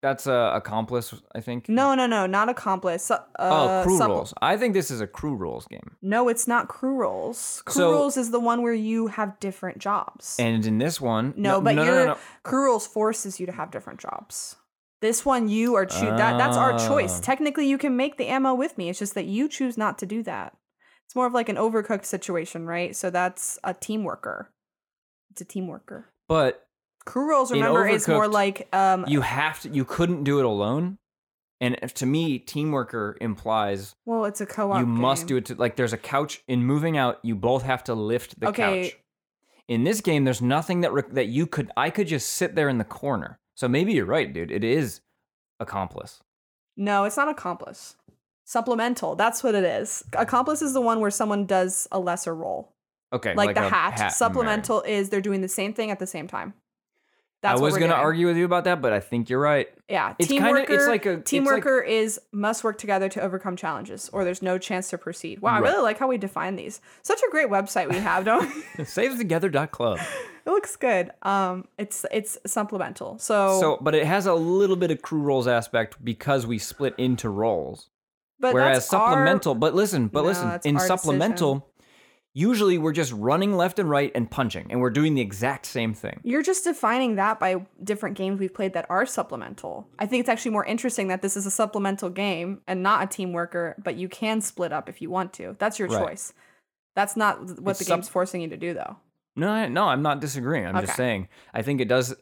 [SPEAKER 1] that's a accomplice, I think.
[SPEAKER 2] No, no, no, not accomplice. Su-
[SPEAKER 1] Oh,
[SPEAKER 2] uh,
[SPEAKER 1] crew
[SPEAKER 2] supple.
[SPEAKER 1] rules. I think this is a crew rules game.
[SPEAKER 2] No, it's not crew rolls. Crew
[SPEAKER 1] So-
[SPEAKER 2] rolls is the one where you have different jobs.
[SPEAKER 1] And in this one,
[SPEAKER 2] No, but
[SPEAKER 1] no,
[SPEAKER 2] you're-
[SPEAKER 1] no, no,
[SPEAKER 2] crew rolls forces you to have different jobs. This one, you are choo- that. That's our choice.
[SPEAKER 1] Ah.
[SPEAKER 2] Technically, you can make the ammo with me. It's just that you choose not to do that. It's more of like an overcooked situation, right? So that's a team worker. It's a team worker.
[SPEAKER 1] but
[SPEAKER 2] Crew rolls,
[SPEAKER 1] In
[SPEAKER 2] remember, is more
[SPEAKER 1] Overcooked,
[SPEAKER 2] like um.
[SPEAKER 1] you have to you couldn't do it alone and if- to me teamworker implies
[SPEAKER 2] well, it's a co-op.
[SPEAKER 1] you must do
[SPEAKER 2] game.
[SPEAKER 1] it to like there's a couch in moving out you both have to lift the
[SPEAKER 2] Okay.
[SPEAKER 1] couch in this game there's nothing that re- that you could i could just sit there in the corner so maybe you're right dude it is accomplice
[SPEAKER 2] No, it's not accomplice. Supplemental. That's what it is. Accomplice is the one where someone does a lesser role,
[SPEAKER 1] okay
[SPEAKER 2] like, the
[SPEAKER 1] a
[SPEAKER 2] hat.
[SPEAKER 1] and Mary.
[SPEAKER 2] Supplemental is they're doing the same thing at the same time. That's
[SPEAKER 1] i
[SPEAKER 2] what
[SPEAKER 1] was
[SPEAKER 2] we're
[SPEAKER 1] gonna
[SPEAKER 2] doing.
[SPEAKER 1] argue with you about that but i think you're right
[SPEAKER 2] Yeah,
[SPEAKER 1] it's
[SPEAKER 2] team
[SPEAKER 1] kind of
[SPEAKER 2] worker.
[SPEAKER 1] it's like a it's [laughs]
[SPEAKER 2] team
[SPEAKER 1] like-
[SPEAKER 2] worker is must work together to overcome challenges, or there's no chance to proceed. Wow, I
[SPEAKER 1] Right.
[SPEAKER 2] really like how we define these. Such a great website we have, don't? we? [laughs]
[SPEAKER 1] savetogether.club
[SPEAKER 2] it looks good. Um, it's it's supplemental. So,
[SPEAKER 1] so but it has a little bit of crew roles aspect because we split into roles
[SPEAKER 2] but
[SPEAKER 1] Whereas
[SPEAKER 2] that's our-
[SPEAKER 1] supplemental, but listen, but
[SPEAKER 2] No,
[SPEAKER 1] listen,
[SPEAKER 2] that's
[SPEAKER 1] in
[SPEAKER 2] our
[SPEAKER 1] supplemental, usually we're just running left and right and punching, and we're doing the exact same thing.
[SPEAKER 2] You're just defining that by different games we've played that are supplemental. I think it's actually more interesting that this is a supplemental game and not a team worker, but you can split up if you want to. That's your
[SPEAKER 1] Right.
[SPEAKER 2] choice. That's not what
[SPEAKER 1] It's
[SPEAKER 2] the
[SPEAKER 1] sup-
[SPEAKER 2] game's forcing you to do, though.
[SPEAKER 1] No, I- no, I'm not disagreeing. I'm just
[SPEAKER 2] Okay.
[SPEAKER 1] saying I think it does.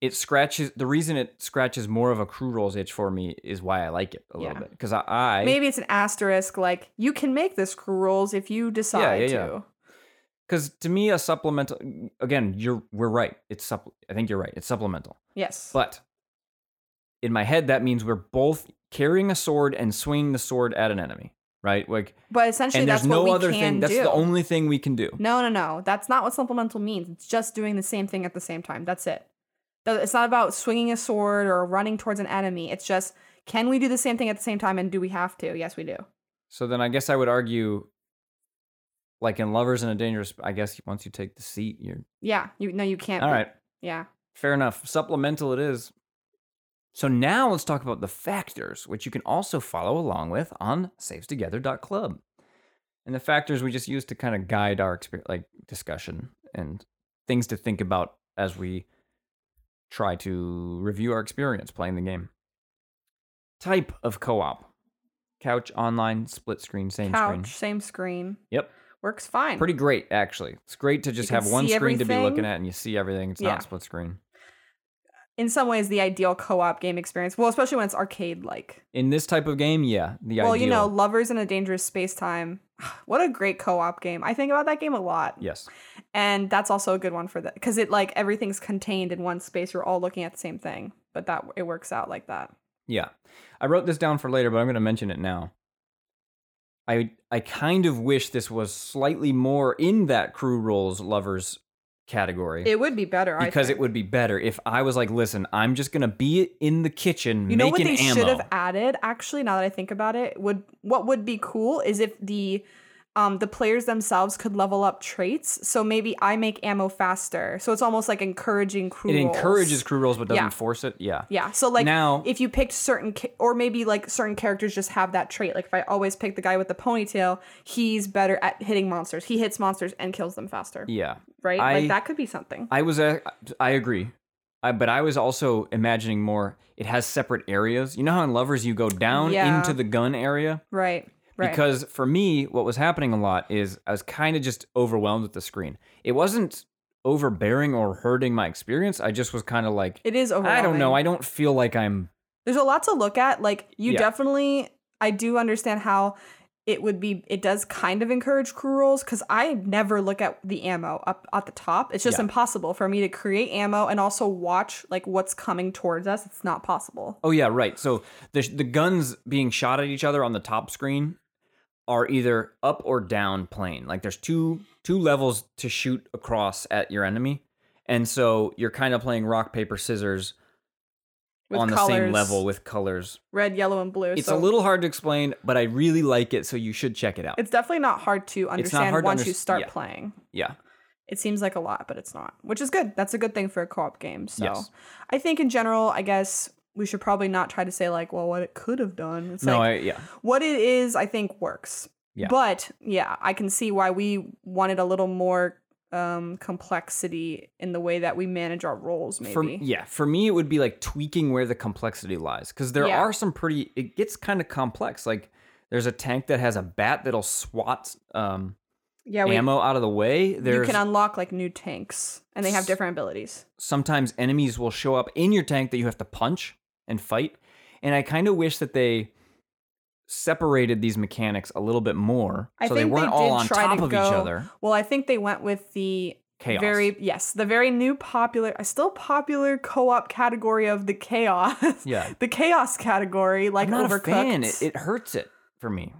[SPEAKER 1] It scratches the reason it scratches more of a crew rolls itch for me is why I like it a
[SPEAKER 2] Yeah.
[SPEAKER 1] little bit because I, I
[SPEAKER 2] Maybe it's an asterisk, like you can make this crew rolls if you decide
[SPEAKER 1] yeah, yeah.
[SPEAKER 2] to.
[SPEAKER 1] because to me a supplemental again you're we're right it's supp I think you're right it's supplemental
[SPEAKER 2] Yes.
[SPEAKER 1] but in my head that means we're both carrying a sword and swinging the sword at an enemy right like
[SPEAKER 2] But essentially,
[SPEAKER 1] and
[SPEAKER 2] that's
[SPEAKER 1] there's no
[SPEAKER 2] what we
[SPEAKER 1] other
[SPEAKER 2] can
[SPEAKER 1] thing. That's
[SPEAKER 2] do.
[SPEAKER 1] the only thing we can do.
[SPEAKER 2] No, no, no. That's not what supplemental means. It's just doing the same thing at the same time. That's it. Th- It's not about swinging a sword or running towards an enemy. It's just can we do the same thing at the same time and do we have to? Yes, we do.
[SPEAKER 1] So then I guess I would argue, like in Lovers in a Dangerous, I guess once you take the seat, you're
[SPEAKER 2] Yeah. You no, you can't.
[SPEAKER 1] all
[SPEAKER 2] be-
[SPEAKER 1] right.
[SPEAKER 2] Yeah.
[SPEAKER 1] Fair enough. Supplemental it is. So now let's talk about the factors, which you can also follow along with on savestogether.club. And the factors we just use to kind of guide our exper- like discussion and things to think about as we try to review our experience playing the game. Type of co-op. Couch, online, split screen, same
[SPEAKER 2] Couch,
[SPEAKER 1] screen.
[SPEAKER 2] same screen.
[SPEAKER 1] Yep.
[SPEAKER 2] Works fine.
[SPEAKER 1] Pretty great actually. It's great to just
[SPEAKER 2] can
[SPEAKER 1] have one
[SPEAKER 2] see
[SPEAKER 1] screen to be looking
[SPEAKER 2] everything.
[SPEAKER 1] at and you see everything. It's
[SPEAKER 2] Yeah.
[SPEAKER 1] not split screen.
[SPEAKER 2] In some ways, the ideal co-op game experience. Well, especially when it's arcade like.
[SPEAKER 1] In this type of game, yeah, the
[SPEAKER 2] Well,
[SPEAKER 1] ideal.
[SPEAKER 2] you know, Lovers in a Dangerous Space Time. [sighs] What a great co-op game. I think about that game a lot.
[SPEAKER 1] yes.
[SPEAKER 2] And that's also a good one for that because it like everything's contained in one space. You're all looking at the same thing, but that it works out like that.
[SPEAKER 1] Yeah. I wrote this down for later, but I'm going to mention it now. I I kind of wish this was slightly more in that crew roles lovers category
[SPEAKER 2] It would be better I
[SPEAKER 1] because
[SPEAKER 2] think.
[SPEAKER 1] it would be better if I was like, listen, I'm just going to be in the kitchen
[SPEAKER 2] You know what
[SPEAKER 1] making
[SPEAKER 2] they should
[SPEAKER 1] ammo.
[SPEAKER 2] have added? Actually, now that I think about it, would what would be cool is if the um the players themselves could level up traits. So maybe I make ammo faster. So it's almost like encouraging crew.
[SPEAKER 1] it
[SPEAKER 2] roles.
[SPEAKER 1] encourages crew roles but doesn't
[SPEAKER 2] Yeah.
[SPEAKER 1] force it. Yeah.
[SPEAKER 2] Yeah. So like
[SPEAKER 1] Now-
[SPEAKER 2] if you picked certain ca- or maybe like certain characters just have that trait. Like if I always pick the guy with the ponytail, he's better at hitting monsters. He hits monsters and kills them faster.
[SPEAKER 1] Yeah.
[SPEAKER 2] Right?
[SPEAKER 1] I-
[SPEAKER 2] like that could be something.
[SPEAKER 1] I was uh, I agree. I, but I was also imagining more. It has separate areas. You know how in Lovers you go down
[SPEAKER 2] Yeah.
[SPEAKER 1] into the gun area?
[SPEAKER 2] right. Right.
[SPEAKER 1] Because for me, what was happening a lot is I was kind of just overwhelmed with the screen. It wasn't overbearing or hurting my experience. I just was kind of like,
[SPEAKER 2] it is overwhelming.
[SPEAKER 1] I don't know. I don't feel like I'm.
[SPEAKER 2] there's a lot to look at like you
[SPEAKER 1] Yeah.
[SPEAKER 2] definitely i do understand how it would be it does kind of encourage crew rolls because i never look at the ammo up at the top it's just
[SPEAKER 1] Yeah.
[SPEAKER 2] impossible for me to create ammo and also watch like what's coming towards us it's not possible
[SPEAKER 1] Oh yeah, right. So the the guns being shot at each other on the top screen are either up or down plane. Like there's two two levels to shoot across at your enemy, and so you're kind of playing rock paper scissors
[SPEAKER 2] with
[SPEAKER 1] on
[SPEAKER 2] colors,
[SPEAKER 1] the same level with colors.
[SPEAKER 2] red yellow and blue
[SPEAKER 1] It's
[SPEAKER 2] so
[SPEAKER 1] a little hard to explain, but I really like it, so you should check it out.
[SPEAKER 2] it's definitely not hard to understand
[SPEAKER 1] hard to
[SPEAKER 2] once you
[SPEAKER 1] underst-
[SPEAKER 2] start
[SPEAKER 1] yeah.
[SPEAKER 2] playing
[SPEAKER 1] yeah.
[SPEAKER 2] it seems like a lot, but it's not, which is good. That's a good thing for a co op game. So
[SPEAKER 1] Yes.
[SPEAKER 2] I think in general, I guess we should probably not try to say, like, well, what it could have done. It's
[SPEAKER 1] no,
[SPEAKER 2] like,
[SPEAKER 1] I, yeah.
[SPEAKER 2] what it is, I think, works.
[SPEAKER 1] Yeah.
[SPEAKER 2] But yeah, I can see why we wanted a little more um, complexity in the way that we manage our roles, maybe.
[SPEAKER 1] For, yeah, for me, it would be like tweaking where the complexity lies because there
[SPEAKER 2] Yeah.
[SPEAKER 1] are some pretty. It gets kind of complex. Like there's a tank that has a bat that'll swat um,
[SPEAKER 2] yeah, we,
[SPEAKER 1] ammo out of the way.
[SPEAKER 2] you
[SPEAKER 1] There's
[SPEAKER 2] can unlock like new tanks and they have different abilities.
[SPEAKER 1] sometimes enemies will show up in your tank that you have to punch and fight. And I kind of wish that they separated these mechanics a little bit more,
[SPEAKER 2] I
[SPEAKER 1] so they
[SPEAKER 2] think
[SPEAKER 1] weren't
[SPEAKER 2] they
[SPEAKER 1] all
[SPEAKER 2] did
[SPEAKER 1] on
[SPEAKER 2] try
[SPEAKER 1] top
[SPEAKER 2] to
[SPEAKER 1] of
[SPEAKER 2] go
[SPEAKER 1] each other.
[SPEAKER 2] Well, I think they went with the
[SPEAKER 1] Chaos.
[SPEAKER 2] Very yes, the very new popular, uh, still popular co-op category of the chaos. [laughs]
[SPEAKER 1] Yeah.
[SPEAKER 2] the chaos category, like
[SPEAKER 1] I'm not
[SPEAKER 2] overcooked.
[SPEAKER 1] a fan. It, it hurts it for me.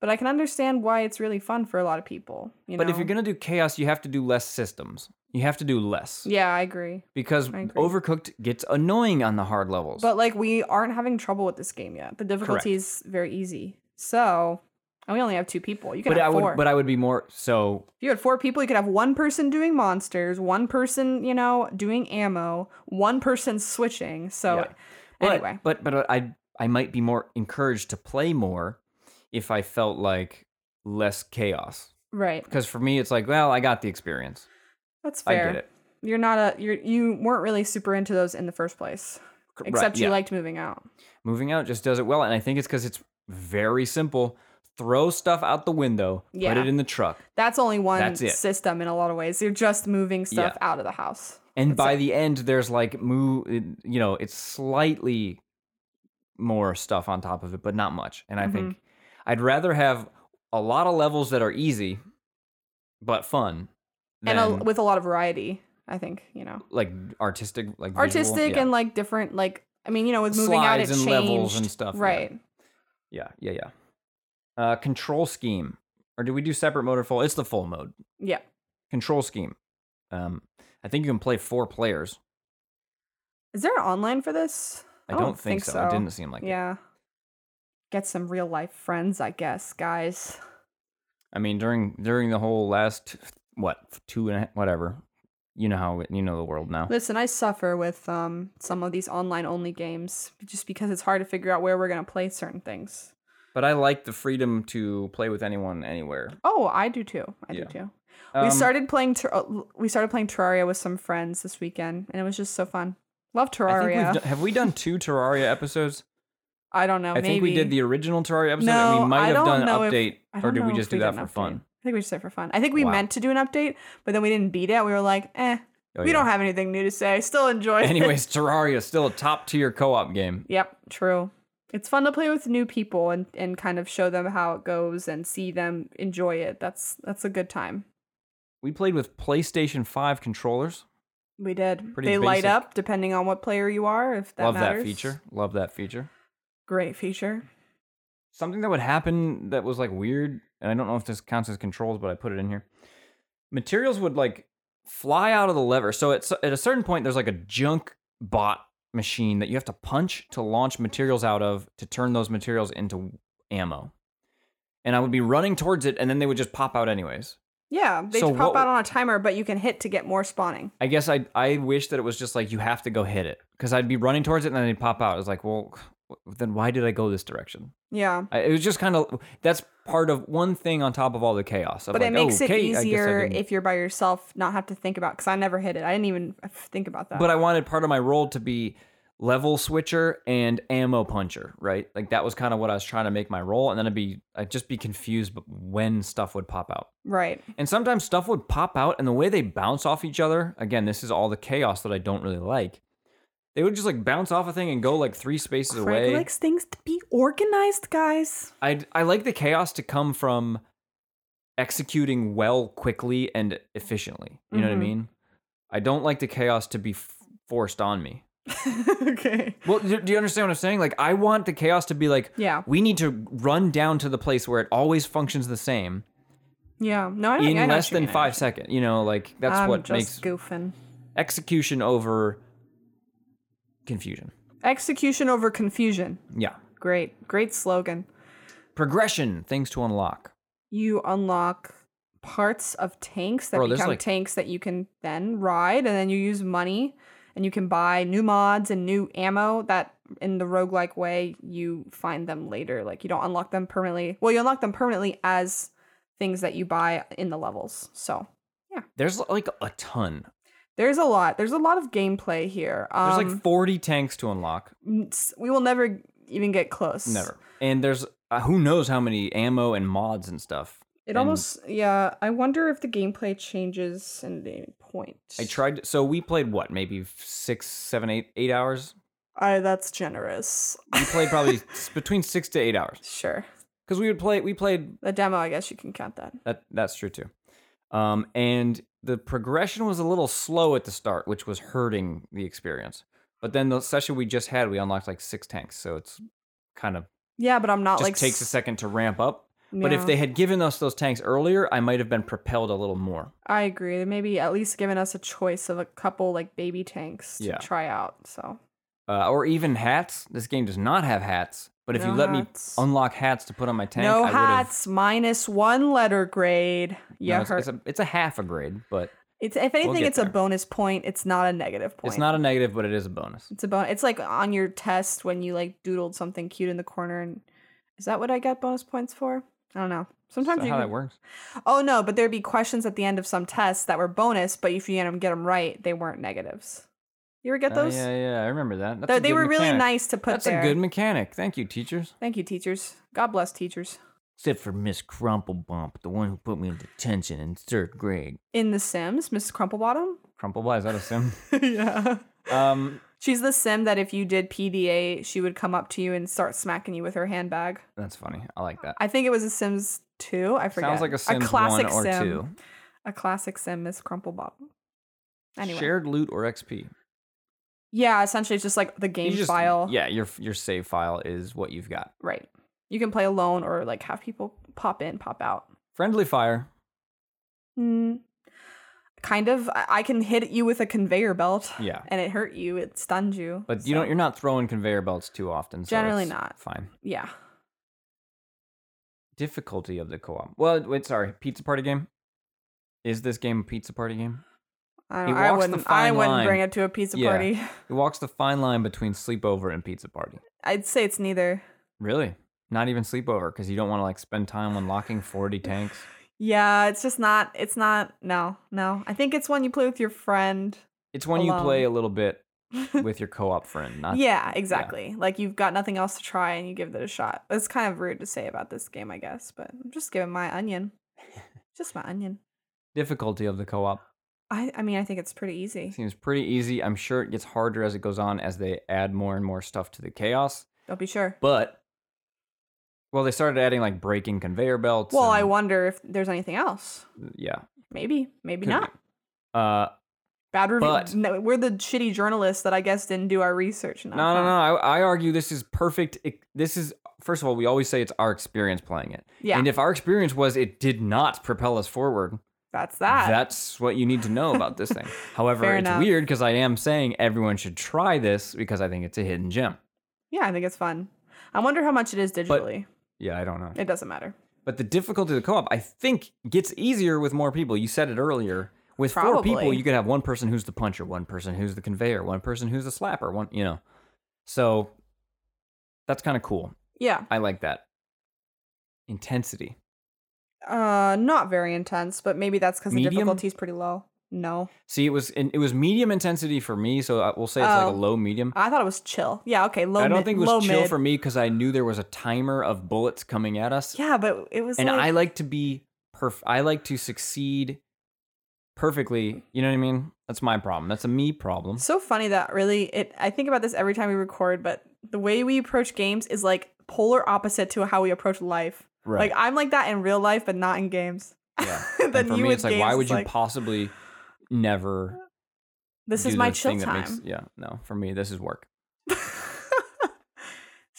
[SPEAKER 2] but I can understand why it's really fun for a lot of people. You
[SPEAKER 1] but
[SPEAKER 2] know?
[SPEAKER 1] if you're gonna do chaos, you have to do less systems. You have to do less.
[SPEAKER 2] yeah, I agree.
[SPEAKER 1] because
[SPEAKER 2] I agree.
[SPEAKER 1] overcooked gets annoying on the hard levels.
[SPEAKER 2] But like, we aren't having trouble with this game yet. The difficulty is very easy. So, and we only have two people. You can
[SPEAKER 1] but I
[SPEAKER 2] have four.
[SPEAKER 1] would but I would be more so
[SPEAKER 2] if you had four people, you could have one person doing monsters, one person, you know, doing ammo, one person switching. So,
[SPEAKER 1] Yeah. but,
[SPEAKER 2] anyway,
[SPEAKER 1] But but I I might be more encouraged to play more if I felt like less chaos.
[SPEAKER 2] right?
[SPEAKER 1] Because for me it's like, well, I got the experience.
[SPEAKER 2] That's fair.
[SPEAKER 1] I get it.
[SPEAKER 2] you're not a you're you weren't really super into those in the first place
[SPEAKER 1] C- right,
[SPEAKER 2] except you
[SPEAKER 1] yeah.
[SPEAKER 2] liked moving out
[SPEAKER 1] moving out just does it well. And I think it's because it's very simple. Throw stuff out the window,
[SPEAKER 2] Yeah.
[SPEAKER 1] put it in the truck.
[SPEAKER 2] that's only one
[SPEAKER 1] That's it.
[SPEAKER 2] system in a lot of ways you're just moving stuff out of the house
[SPEAKER 1] And
[SPEAKER 2] That's
[SPEAKER 1] by
[SPEAKER 2] it.
[SPEAKER 1] the end, there's like move, you know, it's slightly more stuff on top of it, but not much. And I
[SPEAKER 2] Mm-hmm.
[SPEAKER 1] think I'd rather have a lot of levels that are easy but fun than
[SPEAKER 2] and a, with a lot of variety i think you know
[SPEAKER 1] like artistic, like visual-
[SPEAKER 2] artistic
[SPEAKER 1] yeah.
[SPEAKER 2] and like different like i mean you know with moving out it
[SPEAKER 1] Slides and
[SPEAKER 2] changed
[SPEAKER 1] levels and stuff, yeah.
[SPEAKER 2] right
[SPEAKER 1] yeah, yeah, yeah. Uh, control scheme, or do we do separate mode or full? It's the full mode.
[SPEAKER 2] yeah.
[SPEAKER 1] Control scheme. Um, I think you can play four players.
[SPEAKER 2] is there an online for this
[SPEAKER 1] I, don't, think, so. It didn't seem like it.
[SPEAKER 2] yeah get some real life friends i guess guys
[SPEAKER 1] I mean, during during the whole last what two and a half, whatever You know how you know the world now.
[SPEAKER 2] Listen, I suffer with um, some of these online only games just because it's hard to figure out where we're going to play certain things.
[SPEAKER 1] But I like the freedom to play with anyone anywhere.
[SPEAKER 2] Oh, I do too. I
[SPEAKER 1] Yeah.
[SPEAKER 2] do too.
[SPEAKER 1] Um,
[SPEAKER 2] we started playing ter- uh, we started playing Terraria with some friends this weekend and it was just so fun. Love
[SPEAKER 1] I think
[SPEAKER 2] Terraria. I,
[SPEAKER 1] we've done, have we done two Terraria episodes?
[SPEAKER 2] [laughs] don't know.
[SPEAKER 1] I think
[SPEAKER 2] maybe.
[SPEAKER 1] we did the original Terraria episode, and
[SPEAKER 2] No,
[SPEAKER 1] we might
[SPEAKER 2] I
[SPEAKER 1] have
[SPEAKER 2] don't
[SPEAKER 1] done an
[SPEAKER 2] know if-
[SPEAKER 1] update,
[SPEAKER 2] I
[SPEAKER 1] or
[SPEAKER 2] don't
[SPEAKER 1] did we
[SPEAKER 2] know
[SPEAKER 1] just
[SPEAKER 2] if
[SPEAKER 1] do
[SPEAKER 2] did
[SPEAKER 1] that
[SPEAKER 2] an
[SPEAKER 1] for
[SPEAKER 2] update.
[SPEAKER 1] fun?
[SPEAKER 2] I think we just did it for fun. I think we
[SPEAKER 1] Wow.
[SPEAKER 2] meant to do an update, but then we didn't beat it. We were like, eh,
[SPEAKER 1] Oh,
[SPEAKER 2] we
[SPEAKER 1] yeah.
[SPEAKER 2] don't have anything new to say. Still enjoy it.
[SPEAKER 1] Anyways, Terraria is still a top tier co op game.
[SPEAKER 2] [laughs] Yep, true. It's fun to play with new people and, and kind of show them how it goes and see them enjoy it. That's that's a good time.
[SPEAKER 1] We played with PlayStation 5 controllers.
[SPEAKER 2] We did.
[SPEAKER 1] Pretty
[SPEAKER 2] they light
[SPEAKER 1] basic.
[SPEAKER 2] up depending on what player you are, if that
[SPEAKER 1] Love
[SPEAKER 2] matters.
[SPEAKER 1] that feature. Love that feature.
[SPEAKER 2] Great feature.
[SPEAKER 1] Something that would happen that was like weird, and I don't know if this counts as controls, but I put it in here. Materials would like fly out of the lever. So at, s- at a certain point, there's like a junk bot machine that you have to punch to launch materials out of to turn those materials into ammo. And I would be running towards it, and then they would just pop out anyways.
[SPEAKER 2] Yeah, they
[SPEAKER 1] So
[SPEAKER 2] pop
[SPEAKER 1] what-
[SPEAKER 2] out on a timer, but you can hit to get more spawning.
[SPEAKER 1] I guess I I wish that it was just like you have to go hit it because I'd be running towards it and then they'd pop out. It's like, well, then why did I go this direction?
[SPEAKER 2] Yeah.
[SPEAKER 1] I, it was just kind of that's part of one thing on top of all the chaos. Of
[SPEAKER 2] But
[SPEAKER 1] like,
[SPEAKER 2] it makes
[SPEAKER 1] okay, I
[SPEAKER 2] it
[SPEAKER 1] guess I
[SPEAKER 2] easier
[SPEAKER 1] didn't-
[SPEAKER 2] if you're by yourself, not have to think about because I never hit it. I didn't even think about that.
[SPEAKER 1] but I wanted part of my role to be level switcher and ammo puncher, right? Like that was kind of what I was trying to make my role, and then I'd be I'd just be confused but when stuff would pop out.
[SPEAKER 2] right.
[SPEAKER 1] And sometimes stuff would pop out, and the way they bounce off each other again, this is all the chaos that I don't really like. They would just like bounce off a thing and go like three spaces
[SPEAKER 2] Craig
[SPEAKER 1] away.
[SPEAKER 2] likes things to be organized, guys. [laughs]
[SPEAKER 1] I I like the chaos to come from executing well, quickly, and efficiently. You know what
[SPEAKER 2] Mhm.
[SPEAKER 1] I mean? I don't like the chaos to be f- forced on me.
[SPEAKER 2] okay.
[SPEAKER 1] Well, do, do you understand what I'm saying? Like, I want the chaos to be like,
[SPEAKER 2] Yeah.
[SPEAKER 1] we need to run down to the place where it always functions the same
[SPEAKER 2] Yeah. No, I don't
[SPEAKER 1] in
[SPEAKER 2] I know what
[SPEAKER 1] less
[SPEAKER 2] you
[SPEAKER 1] than
[SPEAKER 2] mean.
[SPEAKER 1] five seconds. You know, like that's
[SPEAKER 2] I'm
[SPEAKER 1] what makes
[SPEAKER 2] just goofing.
[SPEAKER 1] execution over confusion.
[SPEAKER 2] Execution over confusion.
[SPEAKER 1] Yeah.
[SPEAKER 2] Great. Great slogan.
[SPEAKER 1] Progression, things to unlock.
[SPEAKER 2] You unlock parts of tanks that
[SPEAKER 1] Bro, there's
[SPEAKER 2] become
[SPEAKER 1] like-
[SPEAKER 2] tanks that you can then ride, and then you use money and you can buy new mods and new ammo that in the roguelike way you find them later. Like you don't unlock them permanently. Well, you unlock them permanently as things that you buy in the levels. So
[SPEAKER 1] There's like a ton.
[SPEAKER 2] there's a lot. There's a lot of gameplay here. Um,
[SPEAKER 1] There's like 40 tanks to unlock.
[SPEAKER 2] n- s- we will never even get close.
[SPEAKER 1] Never. And there's uh, who knows how many ammo and mods and stuff.
[SPEAKER 2] It
[SPEAKER 1] And-
[SPEAKER 2] almost, yeah. I wonder if the gameplay changes in any point.
[SPEAKER 1] I tried. So we played what, maybe six, seven, eight, eight hours.
[SPEAKER 2] I that's generous.
[SPEAKER 1] We played
[SPEAKER 2] [laughs]
[SPEAKER 1] probably s- between six to eight hours
[SPEAKER 2] Sure,
[SPEAKER 1] because we would play. We played
[SPEAKER 2] the demo. I guess you can count that.
[SPEAKER 1] that. That's true too. Um, and the progression was a little slow at the start, which was hurting the experience. But then the session we just had, we unlocked like six tanks, so it's kind of
[SPEAKER 2] Yeah, but I'm not
[SPEAKER 1] just
[SPEAKER 2] like
[SPEAKER 1] takes a
[SPEAKER 2] s-
[SPEAKER 1] second to ramp up. But
[SPEAKER 2] yeah.
[SPEAKER 1] if they had given us those tanks earlier, I might have been propelled a little more.
[SPEAKER 2] I agree. They maybe at least given us a choice of a couple like baby tanks to
[SPEAKER 1] Yeah.
[SPEAKER 2] try out. So
[SPEAKER 1] uh, or even hats. This game does not have hats, but if
[SPEAKER 2] No
[SPEAKER 1] you let
[SPEAKER 2] hats.
[SPEAKER 1] me unlock hats to put on my tank, I
[SPEAKER 2] no
[SPEAKER 1] would have.
[SPEAKER 2] hats, minus one letter grade. Yeah,
[SPEAKER 1] it's, it's a, it's a half a grade, but
[SPEAKER 2] it's, if anything,
[SPEAKER 1] get
[SPEAKER 2] it's a
[SPEAKER 1] there.
[SPEAKER 2] bonus point. It's not a negative point.
[SPEAKER 1] it's not a negative, but it is a bonus.
[SPEAKER 2] It's a bonus. It's like on your test when you like doodled something cute in the corner, and is that what I get bonus points for? I don't know.
[SPEAKER 1] Is that
[SPEAKER 2] Sometimes you.
[SPEAKER 1] how
[SPEAKER 2] Can...
[SPEAKER 1] that works?
[SPEAKER 2] Oh no, but there'd be questions at the end of some tests that were bonus, but if you get them, right, they weren't negatives. You ever get
[SPEAKER 1] Oh,
[SPEAKER 2] those?
[SPEAKER 1] yeah, yeah, I remember that. That's
[SPEAKER 2] They-
[SPEAKER 1] a
[SPEAKER 2] they
[SPEAKER 1] good
[SPEAKER 2] were really
[SPEAKER 1] mechanic.
[SPEAKER 2] nice to put
[SPEAKER 1] That's
[SPEAKER 2] there.
[SPEAKER 1] a good mechanic. Thank you, teachers.
[SPEAKER 2] Thank you, teachers. God bless teachers.
[SPEAKER 1] Except for Miss Crumplebump, the one who put me in detention in third grade.
[SPEAKER 2] In The Sims, Mrs. Crumplebottom.
[SPEAKER 1] Crumplebot, is that a
[SPEAKER 2] [laughs]
[SPEAKER 1] sim?
[SPEAKER 2] yeah.
[SPEAKER 1] um,
[SPEAKER 2] She's the sim that if you did PDA, she would come up to you and start smacking you with her handbag.
[SPEAKER 1] that's funny. I like that.
[SPEAKER 2] I think it was a Sims 2. I forget.
[SPEAKER 1] Sounds like a Sims one or two.
[SPEAKER 2] a classic sim is Crumplebot. Anyway,
[SPEAKER 1] Shared loot or XP.
[SPEAKER 2] yeah, essentially it's just like the game
[SPEAKER 1] you just,
[SPEAKER 2] file,
[SPEAKER 1] Yeah, your your save file is what you've got.
[SPEAKER 2] right? You can play alone or like have people pop in, pop out.
[SPEAKER 1] Friendly fire.
[SPEAKER 2] Mm. Kind of, I-, I can hit you with a conveyor belt,
[SPEAKER 1] Yeah.
[SPEAKER 2] and it hurt you, it stunned you.
[SPEAKER 1] But you
[SPEAKER 2] so-
[SPEAKER 1] don't. You're not throwing conveyor belts too often. So
[SPEAKER 2] Generally
[SPEAKER 1] it's
[SPEAKER 2] not.
[SPEAKER 1] Fine.
[SPEAKER 2] yeah,
[SPEAKER 1] Difficulty of the co-op. Well, wait. Sorry. Pizza party game. Is this game a pizza party game?
[SPEAKER 2] I,
[SPEAKER 1] He
[SPEAKER 2] don't, I
[SPEAKER 1] walks the
[SPEAKER 2] wouldn't. I
[SPEAKER 1] fine
[SPEAKER 2] wouldn't
[SPEAKER 1] line.
[SPEAKER 2] bring it to a pizza
[SPEAKER 1] Yeah.
[SPEAKER 2] party.
[SPEAKER 1] He walks the fine line between sleepover and pizza party.
[SPEAKER 2] I'd say it's neither.
[SPEAKER 1] Really? Not even sleepover because you don't want to like spend time unlocking
[SPEAKER 2] [laughs]
[SPEAKER 1] 40 tanks.
[SPEAKER 2] Yeah, it's just not. It's not. No, no. I think it's when you play with your friend.
[SPEAKER 1] It's when you play a
[SPEAKER 2] Alone.
[SPEAKER 1] little
[SPEAKER 2] [laughs]
[SPEAKER 1] bit with your co-op friend. Not
[SPEAKER 2] yeah, exactly. Like you've got nothing else to try and you give it a shot. It's kind of rude to say about this game, I guess, but I'm just giving my
[SPEAKER 1] [laughs]
[SPEAKER 2] onion. just my onion.
[SPEAKER 1] difficulty of the co-op.
[SPEAKER 2] I, I mean, I think it's pretty easy.
[SPEAKER 1] Seems pretty easy. I'm sure it gets harder as it goes on as they add more and more stuff to the chaos.
[SPEAKER 2] Don't be sure.
[SPEAKER 1] But well, they started adding like breaking conveyor belts.
[SPEAKER 2] Well, I
[SPEAKER 1] and-
[SPEAKER 2] wonder if there's anything else.
[SPEAKER 1] yeah.
[SPEAKER 2] Maybe, maybe
[SPEAKER 1] Could
[SPEAKER 2] not.
[SPEAKER 1] Uh
[SPEAKER 2] Bad review.
[SPEAKER 1] But-
[SPEAKER 2] no, we're the shitty journalists that I guess didn't do our research. Enough,
[SPEAKER 1] no, no,
[SPEAKER 2] huh?
[SPEAKER 1] no. I, I argue this is perfect. ex- This is first of all, we always say it's our experience playing it.
[SPEAKER 2] Yeah,
[SPEAKER 1] And if our experience was it did not propel us forward,
[SPEAKER 2] that's that.
[SPEAKER 1] That's what you need to know about this
[SPEAKER 2] [laughs]
[SPEAKER 1] thing. However,
[SPEAKER 2] Fair
[SPEAKER 1] it's
[SPEAKER 2] enough.
[SPEAKER 1] weird because I am saying everyone should try this because I think it's a hidden gem.
[SPEAKER 2] yeah, I think it's fun. I wonder how much it is digitally.
[SPEAKER 1] Yeah, I don't know.
[SPEAKER 2] it doesn't matter.
[SPEAKER 1] But the difficulty of the co op, I think, gets easier with more people. You said it earlier. With four people,
[SPEAKER 2] Probably.
[SPEAKER 1] you could have one person who's the puncher, one person who's the conveyor, one person who's the slapper, one, you know. So that's kind of cool.
[SPEAKER 2] Yeah,
[SPEAKER 1] I like that. Intensity.
[SPEAKER 2] uh, not very intense, but maybe that's because the
[SPEAKER 1] Medium?
[SPEAKER 2] difficulty's pretty low. No,
[SPEAKER 1] See, it was it was medium intensity for me, so I- we'll say it's like a
[SPEAKER 2] Oh.
[SPEAKER 1] low medium.
[SPEAKER 2] I thought it was chill. Yeah, okay, low.
[SPEAKER 1] I don't
[SPEAKER 2] mid-
[SPEAKER 1] think it
[SPEAKER 2] low
[SPEAKER 1] was chill
[SPEAKER 2] mid.
[SPEAKER 1] for me because I knew there was a timer of bullets coming at us.
[SPEAKER 2] Yeah, but it was.
[SPEAKER 1] and I
[SPEAKER 2] like,
[SPEAKER 1] like to be perf I like to succeed perfectly. You know what I mean? That's my problem. That's a me problem.
[SPEAKER 2] so funny that really it. I think about this every time we record, but the way we approach games is like polar opposite to how we approach life.
[SPEAKER 1] Right.
[SPEAKER 2] Like I'm like that in real life, but not in games. [laughs]
[SPEAKER 1] yeah.
[SPEAKER 2] then
[SPEAKER 1] and for
[SPEAKER 2] you
[SPEAKER 1] me,
[SPEAKER 2] with
[SPEAKER 1] it's like,
[SPEAKER 2] games,
[SPEAKER 1] why would
[SPEAKER 2] it's
[SPEAKER 1] you
[SPEAKER 2] like,
[SPEAKER 1] possibly never?
[SPEAKER 2] This is
[SPEAKER 1] do
[SPEAKER 2] my
[SPEAKER 1] the
[SPEAKER 2] chill
[SPEAKER 1] thing
[SPEAKER 2] time.
[SPEAKER 1] That [laughs] makes, yeah. No, for me, this is work.
[SPEAKER 2] [laughs] this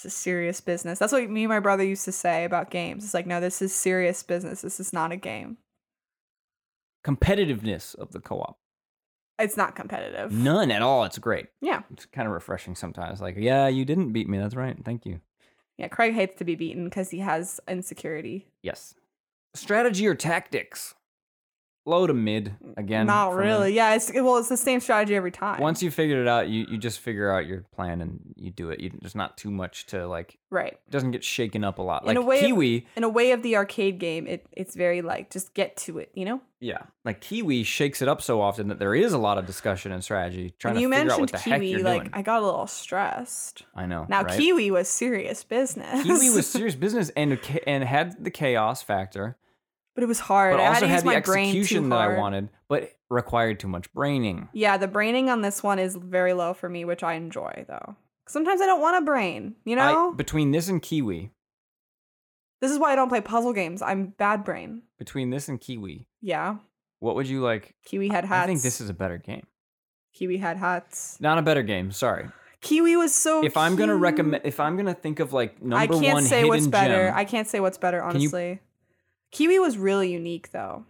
[SPEAKER 2] is serious business. That's what me and my brother used to say about games. It's like, no, this is serious business. This is not a game.
[SPEAKER 1] Competitiveness of the co-op.
[SPEAKER 2] It's not competitive.
[SPEAKER 1] None at all. It's great.
[SPEAKER 2] Yeah.
[SPEAKER 1] It's kind of refreshing sometimes. Like, yeah, you didn't beat me. That's right. Thank you.
[SPEAKER 2] Yeah, Craig hates to be beaten because he has insecurity.
[SPEAKER 1] Yes. Strategy or tactics? Low to mid again.
[SPEAKER 2] not
[SPEAKER 1] for me.
[SPEAKER 2] really. Yeah, it's well, it's the same strategy every time.
[SPEAKER 1] Once you figured it out, you, you just figure out your plan and you do it. You, there's not too much to like.
[SPEAKER 2] right.
[SPEAKER 1] It doesn't get shaken up a lot.
[SPEAKER 2] In
[SPEAKER 1] Like
[SPEAKER 2] a way of-
[SPEAKER 1] Kiwi,
[SPEAKER 2] In a way of the arcade game, it it's very like just get to it, you know?
[SPEAKER 1] yeah, like Kiwi shakes it up so often that there is a lot of discussion and strategy trying
[SPEAKER 2] when
[SPEAKER 1] to
[SPEAKER 2] you
[SPEAKER 1] figure out
[SPEAKER 2] mentioned
[SPEAKER 1] what the heck
[SPEAKER 2] Kiwi,
[SPEAKER 1] you're
[SPEAKER 2] like
[SPEAKER 1] doing.
[SPEAKER 2] I got a little stressed.
[SPEAKER 1] I know.
[SPEAKER 2] Now
[SPEAKER 1] right?
[SPEAKER 2] Kiwi [laughs] was serious business.
[SPEAKER 1] Kiwi
[SPEAKER 2] [laughs]
[SPEAKER 1] was serious business and ca- and had the chaos factor,
[SPEAKER 2] but it was hard.
[SPEAKER 1] but
[SPEAKER 2] I had
[SPEAKER 1] also
[SPEAKER 2] to use
[SPEAKER 1] had the
[SPEAKER 2] my brain too
[SPEAKER 1] execution that I
[SPEAKER 2] hard.
[SPEAKER 1] wanted, but required too much braining.
[SPEAKER 2] Yeah, the braining on this one is very low for me, which I enjoy though. Sometimes I don't want to brain, you know?
[SPEAKER 1] I, between this and Kiwi,
[SPEAKER 2] this is why I don't play puzzle games. I'm bad brain.
[SPEAKER 1] between this and Kiwi,
[SPEAKER 2] Yeah.
[SPEAKER 1] what would you like?
[SPEAKER 2] Kiwi had hats.
[SPEAKER 1] I think this is a better game.
[SPEAKER 2] Kiwi had hats.
[SPEAKER 1] Not a better game. Sorry.
[SPEAKER 2] Kiwi was so
[SPEAKER 1] If I'm gonna
[SPEAKER 2] cute.
[SPEAKER 1] recommend, if I'm gonna think of like number
[SPEAKER 2] I can't
[SPEAKER 1] one
[SPEAKER 2] say
[SPEAKER 1] hidden
[SPEAKER 2] what's better.
[SPEAKER 1] gem,
[SPEAKER 2] I can't say what's better,
[SPEAKER 1] Can you-
[SPEAKER 2] honestly. Kiwi was really unique though.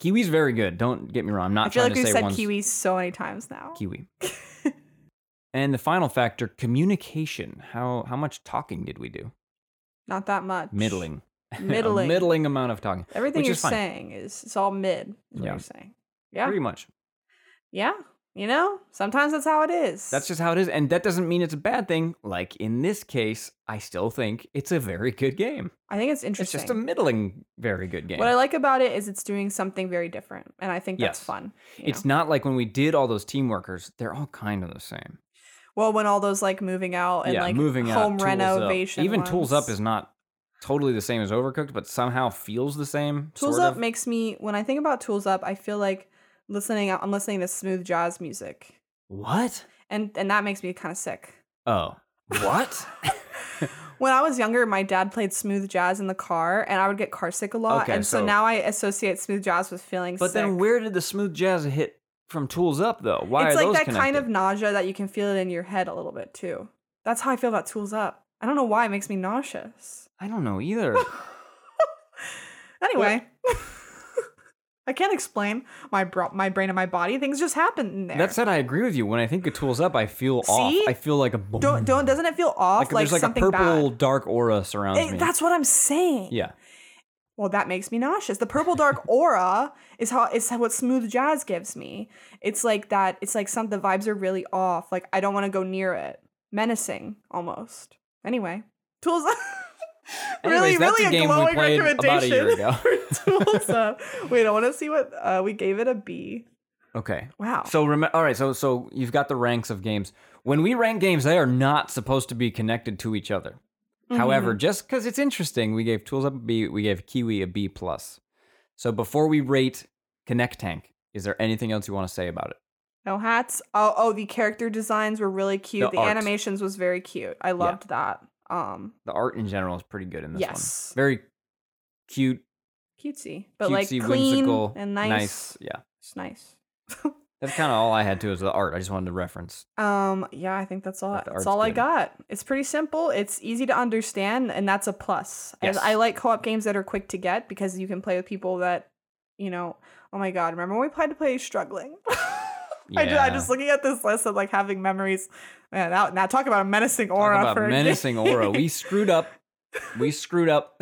[SPEAKER 1] Kiwi's very good. Don't get me wrong. I'm not
[SPEAKER 2] I feel
[SPEAKER 1] trying
[SPEAKER 2] like
[SPEAKER 1] to
[SPEAKER 2] we've
[SPEAKER 1] say
[SPEAKER 2] said
[SPEAKER 1] one's
[SPEAKER 2] Kiwi so many times now. [laughs]
[SPEAKER 1] Kiwi. and the final factor, communication. How how much talking did we do?
[SPEAKER 2] Not that much.
[SPEAKER 1] Middling. [laughs] A
[SPEAKER 2] Middling.
[SPEAKER 1] middling amount of talking.
[SPEAKER 2] Everything
[SPEAKER 1] Which
[SPEAKER 2] you're
[SPEAKER 1] is fine.
[SPEAKER 2] saying is it's all mid. Is what
[SPEAKER 1] Yeah.
[SPEAKER 2] you're saying. Yeah.
[SPEAKER 1] Pretty much.
[SPEAKER 2] Yeah. You know, sometimes that's how it is.
[SPEAKER 1] That's just how it is. And that doesn't mean it's a bad thing. Like in this case, I still think it's a very good game.
[SPEAKER 2] I think it's
[SPEAKER 1] It's
[SPEAKER 2] interesting.
[SPEAKER 1] just a middling very good game.
[SPEAKER 2] What I like about it is it's doing something very different, and I think that's
[SPEAKER 1] Yes.
[SPEAKER 2] fun. you
[SPEAKER 1] it's
[SPEAKER 2] know?
[SPEAKER 1] not like when we did all those team workers, they're all kind of the same.
[SPEAKER 2] well when all those like moving out and
[SPEAKER 1] yeah,
[SPEAKER 2] like
[SPEAKER 1] moving out,
[SPEAKER 2] home
[SPEAKER 1] Tools Up.
[SPEAKER 2] renovation.
[SPEAKER 1] Even Tools Up
[SPEAKER 2] ones.
[SPEAKER 1] is not totally the same as Overcooked, but somehow feels the same.
[SPEAKER 2] Tools
[SPEAKER 1] sort
[SPEAKER 2] Up
[SPEAKER 1] of.
[SPEAKER 2] makes me when I think about Tools Up, I feel like listening. I'm listening to smooth jazz music,
[SPEAKER 1] What?
[SPEAKER 2] and and that makes me kind of sick.
[SPEAKER 1] Oh.
[SPEAKER 2] [laughs]
[SPEAKER 1] What?
[SPEAKER 2] When I was younger, my dad played smooth jazz in the car, and I would get car sick a lot.
[SPEAKER 1] Okay,
[SPEAKER 2] and so,
[SPEAKER 1] so-
[SPEAKER 2] now I associate smooth jazz with feeling
[SPEAKER 1] But
[SPEAKER 2] sick.
[SPEAKER 1] then where did the smooth jazz hit from Tools Up though? Why
[SPEAKER 2] it's
[SPEAKER 1] are
[SPEAKER 2] like
[SPEAKER 1] those
[SPEAKER 2] that kind of
[SPEAKER 1] connected?
[SPEAKER 2] nausea that you can feel it in your head a little bit too. That's how I feel about Tools Up. I don't know why it makes me nauseous.
[SPEAKER 1] I don't know either.
[SPEAKER 2] Anyway, [laughs] I can't explain my bro- my brain and my body. Things just happen in there.
[SPEAKER 1] that said, I agree with you. When I think of Tools Up, I feel
[SPEAKER 2] See?
[SPEAKER 1] off. I feel like a
[SPEAKER 2] don't don't doesn't it feel off
[SPEAKER 1] like,
[SPEAKER 2] like,
[SPEAKER 1] there's like a
[SPEAKER 2] something
[SPEAKER 1] purple
[SPEAKER 2] bad?
[SPEAKER 1] dark aura surrounds
[SPEAKER 2] It-
[SPEAKER 1] me.
[SPEAKER 2] that's what I'm saying.
[SPEAKER 1] yeah.
[SPEAKER 2] Well, that makes me nauseous. The
[SPEAKER 1] [laughs]
[SPEAKER 2] purple dark aura is how is what smooth jazz gives me. It's like that. It's like some the vibes are really off. Like I don't want to go near it. Menacing almost. Anyway, tools. [laughs] really,
[SPEAKER 1] Anyways, that's
[SPEAKER 2] really
[SPEAKER 1] a game
[SPEAKER 2] a
[SPEAKER 1] we
[SPEAKER 2] glowing
[SPEAKER 1] played about a year
[SPEAKER 2] recommendation
[SPEAKER 1] ago.
[SPEAKER 2] [laughs]
[SPEAKER 1] [laughs]
[SPEAKER 2] for tools uh, up. Wait, I want to see what uh, we gave it a B.
[SPEAKER 1] Okay.
[SPEAKER 2] Wow.
[SPEAKER 1] So remember, all right. So so you've got the ranks of games. When we rank games, they are not supposed to be connected to each other.
[SPEAKER 2] Mm-hmm.
[SPEAKER 1] However, just because it's interesting, we gave Tools Up a B, we gave Kiwi a B plus. So before we rate Connect Tank, is there anything else you want to say about it?
[SPEAKER 2] No hats. Oh, oh, the character designs were really cute.
[SPEAKER 1] The
[SPEAKER 2] The,
[SPEAKER 1] art.
[SPEAKER 2] animations was very cute. I loved that. Um,
[SPEAKER 1] The art in general is pretty good in this
[SPEAKER 2] Yes.
[SPEAKER 1] one. Very cute,
[SPEAKER 2] cutesy, but
[SPEAKER 1] cutesy,
[SPEAKER 2] like clean
[SPEAKER 1] whimsical,
[SPEAKER 2] and nice.
[SPEAKER 1] Yeah,
[SPEAKER 2] It's nice.
[SPEAKER 1] that's kind of all I had to is the art. I just wanted to reference.
[SPEAKER 2] Um, yeah, I think that's all.
[SPEAKER 1] But the art's
[SPEAKER 2] That's all I
[SPEAKER 1] good.
[SPEAKER 2] got. It's pretty simple. It's easy to understand, and that's a plus. I-
[SPEAKER 1] Yes.
[SPEAKER 2] I, like co-op games that are quick to get because you can play with people that, you know. Oh my god! Remember when we played to play struggling? [laughs] I, just, I
[SPEAKER 1] Yeah.
[SPEAKER 2] just looking at this list and like having memories. Man, now, now talk about a menacing aura.
[SPEAKER 1] Talk
[SPEAKER 2] for a
[SPEAKER 1] about
[SPEAKER 2] game.
[SPEAKER 1] menacing aura.
[SPEAKER 2] [laughs]
[SPEAKER 1] We screwed up. We screwed up.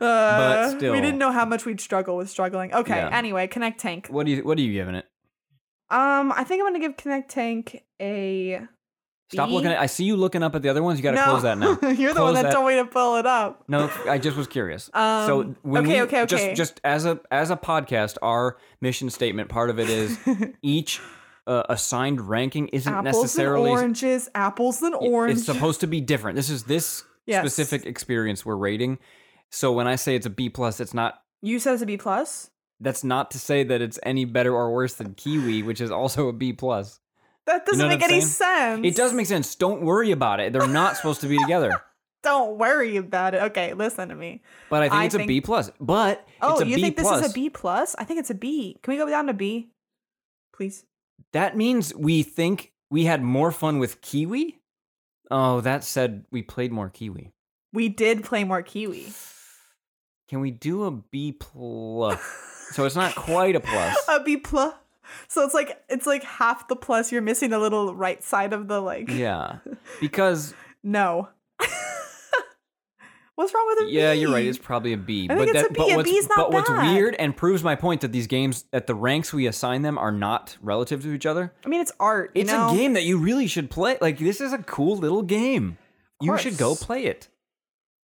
[SPEAKER 2] Uh, we
[SPEAKER 1] still.
[SPEAKER 2] didn't know how much we'd struggle with struggling. Okay.
[SPEAKER 1] Yeah.
[SPEAKER 2] Anyway, Connect Tank.
[SPEAKER 1] what do you What are you giving it?
[SPEAKER 2] Um, I think I'm gonna give Connect Tank a.
[SPEAKER 1] Stop
[SPEAKER 2] B?
[SPEAKER 1] looking at. I see you looking up at the other ones. You got to close that now.
[SPEAKER 2] [laughs] You're the one
[SPEAKER 1] Close
[SPEAKER 2] that,
[SPEAKER 1] that.
[SPEAKER 2] told me to pull it up.
[SPEAKER 1] No, I just was curious.
[SPEAKER 2] Um,
[SPEAKER 1] so when
[SPEAKER 2] okay,
[SPEAKER 1] we,
[SPEAKER 2] okay, okay.
[SPEAKER 1] Just, just as a as a podcast, our mission statement part of it
[SPEAKER 2] [laughs]
[SPEAKER 1] is each uh, assigned ranking isn't
[SPEAKER 2] apples and
[SPEAKER 1] necessarily
[SPEAKER 2] oranges. Apples and
[SPEAKER 1] It's
[SPEAKER 2] oranges.
[SPEAKER 1] supposed to be different. This is this
[SPEAKER 2] Yes.
[SPEAKER 1] specific experience we're rating. So when I say it's a B plus, it's not.
[SPEAKER 2] you said it's a B plus.
[SPEAKER 1] That's not to say that it's any better or worse than Kiwi, which is also a B plus.
[SPEAKER 2] That doesn't
[SPEAKER 1] know what
[SPEAKER 2] make
[SPEAKER 1] I'm
[SPEAKER 2] any sense.
[SPEAKER 1] It does make sense. Don't worry about it. They're not supposed to be together.
[SPEAKER 2] Don't worry about it. Okay, listen to me.
[SPEAKER 1] But I think
[SPEAKER 2] I
[SPEAKER 1] it's a
[SPEAKER 2] think-
[SPEAKER 1] B plus. But
[SPEAKER 2] Oh,
[SPEAKER 1] it's a
[SPEAKER 2] you
[SPEAKER 1] B
[SPEAKER 2] think
[SPEAKER 1] plus.
[SPEAKER 2] this is a B plus? I think it's a B. Can we go down to B, please?
[SPEAKER 1] That means we think we had more fun with Kiwi. Oh, that said, we played more Kiwi.
[SPEAKER 2] We did play more Kiwi.
[SPEAKER 1] Can we do a B plus? so it's not quite a
[SPEAKER 2] [laughs]
[SPEAKER 1] plus.
[SPEAKER 2] a B plus. So it's like it's like half the plus. You're missing the little right side of the like. [laughs]
[SPEAKER 1] Yeah, because
[SPEAKER 2] No. [laughs] What's wrong with a
[SPEAKER 1] yeah, you're right.
[SPEAKER 2] B?
[SPEAKER 1] It's probably a B.
[SPEAKER 2] I think it's a B.
[SPEAKER 1] But
[SPEAKER 2] A
[SPEAKER 1] what's,
[SPEAKER 2] B's not
[SPEAKER 1] but what's
[SPEAKER 2] bad.
[SPEAKER 1] weird and proves my point that these games at the ranks we assign them are not relative to each other.
[SPEAKER 2] I mean, it's art. you
[SPEAKER 1] It's
[SPEAKER 2] know?
[SPEAKER 1] a game that you really should play. Like this is a cool little game. You should go
[SPEAKER 2] course.
[SPEAKER 1] play it.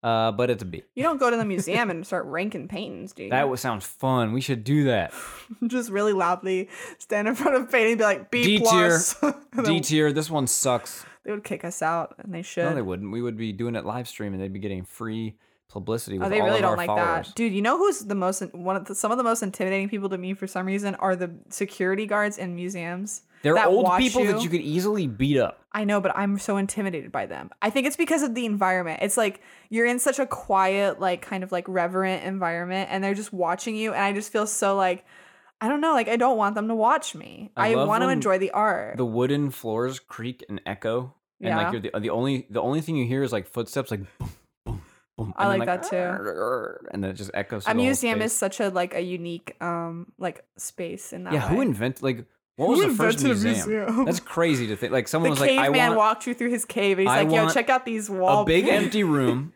[SPEAKER 1] Uh, but it's a B.
[SPEAKER 2] You don't go to the museum and start ranking paintings, dude.
[SPEAKER 1] That was, sounds fun. We should do that.
[SPEAKER 2] [laughs] just really loudly stand in front of painting and be like B
[SPEAKER 1] D tier.
[SPEAKER 2] plus. [laughs] And then
[SPEAKER 1] D tier. This one sucks.
[SPEAKER 2] they would kick us out, and they should.
[SPEAKER 1] No, they wouldn't. We would be doing it live stream, and they'd be getting free publicity. With
[SPEAKER 2] Oh, they
[SPEAKER 1] all
[SPEAKER 2] really
[SPEAKER 1] of
[SPEAKER 2] don't
[SPEAKER 1] our
[SPEAKER 2] like
[SPEAKER 1] followers.
[SPEAKER 2] that, dude. You know who's the most one of the, some of the most intimidating people to me for some reason are the security guards in museums.
[SPEAKER 1] They're
[SPEAKER 2] that
[SPEAKER 1] old
[SPEAKER 2] watch
[SPEAKER 1] people that you could easily beat up.
[SPEAKER 2] I know, but I'm so intimidated by them. I think it's because of the environment. It's like you're in such a quiet, like kind of like reverent environment, and they're just watching you, and I just feel so like I don't know, like I don't want them to watch me.
[SPEAKER 1] I
[SPEAKER 2] I,
[SPEAKER 1] love
[SPEAKER 2] want to
[SPEAKER 1] when
[SPEAKER 2] enjoy the art.
[SPEAKER 1] The wooden floors creak and echo, and
[SPEAKER 2] Yeah.
[SPEAKER 1] like you're the, the only the only thing you hear is like footsteps, like boom, boom, boom.
[SPEAKER 2] I
[SPEAKER 1] and then,
[SPEAKER 2] like that too.
[SPEAKER 1] "Arr," and then it just echoes. through
[SPEAKER 2] a
[SPEAKER 1] the whole
[SPEAKER 2] museum
[SPEAKER 1] space.
[SPEAKER 2] is such a like a unique um like space in that.
[SPEAKER 1] yeah. Who
[SPEAKER 2] way.
[SPEAKER 1] invented
[SPEAKER 2] [laughs]
[SPEAKER 1] like what was
[SPEAKER 2] Who
[SPEAKER 1] the first
[SPEAKER 2] invented a
[SPEAKER 1] museum? [laughs]
[SPEAKER 2] museum? [laughs]
[SPEAKER 1] That's crazy to think. Like someone
[SPEAKER 2] the
[SPEAKER 1] was like, I
[SPEAKER 2] caveman
[SPEAKER 1] want
[SPEAKER 2] walked you through his cave, and he's
[SPEAKER 1] I
[SPEAKER 2] like, "Yo,
[SPEAKER 1] want
[SPEAKER 2] check out these
[SPEAKER 1] a
[SPEAKER 2] wall [laughs]
[SPEAKER 1] big empty room,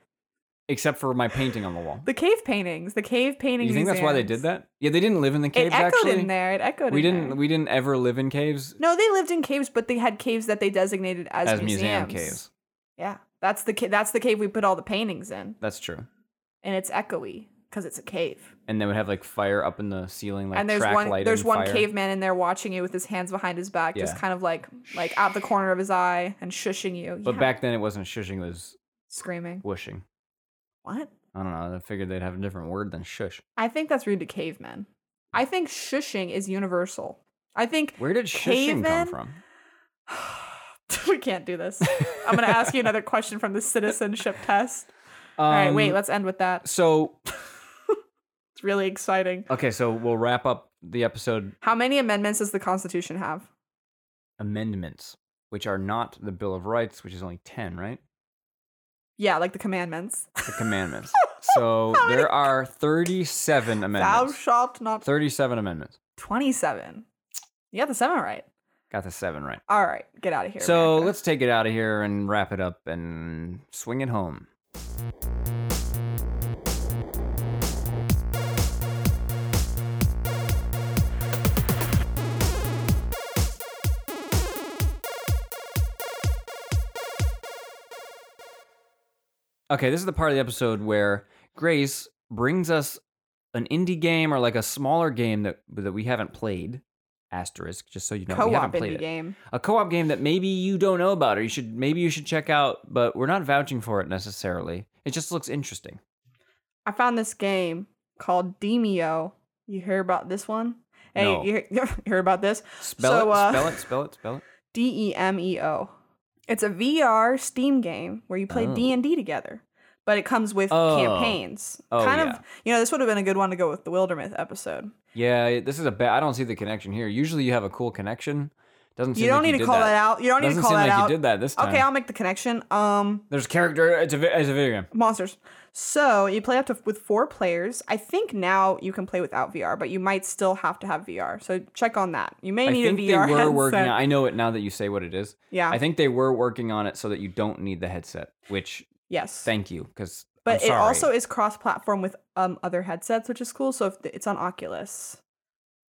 [SPEAKER 1] except for my painting on the wall.
[SPEAKER 2] the cave paintings, the cave paintings."
[SPEAKER 1] You think that's why they did that? Yeah, they didn't live in the
[SPEAKER 2] It
[SPEAKER 1] caves.
[SPEAKER 2] echoed
[SPEAKER 1] actually,
[SPEAKER 2] in there. It echoed.
[SPEAKER 1] we
[SPEAKER 2] in
[SPEAKER 1] didn't
[SPEAKER 2] there.
[SPEAKER 1] we didn't ever live in caves
[SPEAKER 2] No, they lived in caves, but they had caves that they designated as,
[SPEAKER 1] as museum
[SPEAKER 2] museums.
[SPEAKER 1] caves.
[SPEAKER 2] Yeah, that's the ca- that's the cave we put all the paintings in,
[SPEAKER 1] That's true.
[SPEAKER 2] and it's echoey because it's a cave.
[SPEAKER 1] And they would have like fire up in the ceiling, like
[SPEAKER 2] and there's
[SPEAKER 1] track
[SPEAKER 2] one
[SPEAKER 1] lighting.
[SPEAKER 2] there's one
[SPEAKER 1] fire.
[SPEAKER 2] caveman in there watching you with his hands behind his back, just
[SPEAKER 1] Yeah.
[SPEAKER 2] kind of like like out the corner of his eye and shushing you.
[SPEAKER 1] But
[SPEAKER 2] Yeah.
[SPEAKER 1] back then it wasn't shushing; it was
[SPEAKER 2] screaming.
[SPEAKER 1] whooshing.
[SPEAKER 2] What?
[SPEAKER 1] I don't know. I figured they'd have a different word than shush.
[SPEAKER 2] I think that's rude to cavemen. I think shushing is universal. I think
[SPEAKER 1] Where did shushing
[SPEAKER 2] Cavemen?
[SPEAKER 1] come from?
[SPEAKER 2] [sighs] we can't do this. I'm
[SPEAKER 1] [laughs]
[SPEAKER 2] gonna ask you another question from the citizenship test.
[SPEAKER 1] Um,
[SPEAKER 2] All right, wait, let's end with that.
[SPEAKER 1] So
[SPEAKER 2] It's really exciting.
[SPEAKER 1] okay, so we'll wrap up the episode
[SPEAKER 2] How many amendments does the Constitution have?
[SPEAKER 1] amendments, which are not the Bill of Rights, which is only ten, right?
[SPEAKER 2] Yeah, like the commandments.
[SPEAKER 1] The
[SPEAKER 2] [laughs]
[SPEAKER 1] commandments. so
[SPEAKER 2] How many-
[SPEAKER 1] there are thirty-seven
[SPEAKER 2] Thou
[SPEAKER 1] amendments.
[SPEAKER 2] shalt not.
[SPEAKER 1] Thirty-seven amendments.
[SPEAKER 2] 27. You got the seven right.
[SPEAKER 1] Got the seven right.
[SPEAKER 2] All right, get out of here.
[SPEAKER 1] So
[SPEAKER 2] America.
[SPEAKER 1] let's take it out of here and wrap it up and swing it home. Okay, this is the part of the episode where Grace brings us an indie game or like a smaller game that that we haven't played. Asterisk, just so you know, we
[SPEAKER 2] Co-op
[SPEAKER 1] haven't
[SPEAKER 2] indie
[SPEAKER 1] played it.
[SPEAKER 2] game.
[SPEAKER 1] A co-op game that maybe you don't know about, or you should maybe you should check out, but we're not vouching for it necessarily. It just looks interesting.
[SPEAKER 2] I found this game called Demio. You hear about this one? Hey,
[SPEAKER 1] No.
[SPEAKER 2] you, hear, [laughs] you hear about this?
[SPEAKER 1] Spell
[SPEAKER 2] So,
[SPEAKER 1] it,
[SPEAKER 2] uh,
[SPEAKER 1] spell it, spell it, spell it.
[SPEAKER 2] D E M E O. It's a VR Steam game where you play
[SPEAKER 1] Oh.
[SPEAKER 2] D and D together, but it comes with
[SPEAKER 1] Oh.
[SPEAKER 2] campaigns.
[SPEAKER 1] Oh,
[SPEAKER 2] kind
[SPEAKER 1] yeah.
[SPEAKER 2] of, you know, this would have been a good one to go with the Wildermyth episode.
[SPEAKER 1] Yeah, this is a bad. I don't see the connection here. Usually, you have a cool connection. Doesn't seem
[SPEAKER 2] you don't
[SPEAKER 1] like
[SPEAKER 2] need to
[SPEAKER 1] did
[SPEAKER 2] call that. out. You don't need
[SPEAKER 1] Doesn't
[SPEAKER 2] to call
[SPEAKER 1] seem
[SPEAKER 2] that
[SPEAKER 1] like
[SPEAKER 2] out.
[SPEAKER 1] you did that this time.
[SPEAKER 2] okay, I'll make the connection. Um,
[SPEAKER 1] There's character. It's a vi- it's a video game.
[SPEAKER 2] monsters. So you play up to with four players. I think now you can play without VR, but you might still have to have VR. So check on that. You may
[SPEAKER 1] I
[SPEAKER 2] need
[SPEAKER 1] think
[SPEAKER 2] a
[SPEAKER 1] they
[SPEAKER 2] VR
[SPEAKER 1] were working.
[SPEAKER 2] [laughs] headset.
[SPEAKER 1] On, I know it now that you say what it is.
[SPEAKER 2] yeah.
[SPEAKER 1] I think they were working on it so that you don't need the headset. Which
[SPEAKER 2] yes.
[SPEAKER 1] thank you, because
[SPEAKER 2] but it also is cross-platform with um other headsets, which is cool. So if th- it's on Oculus,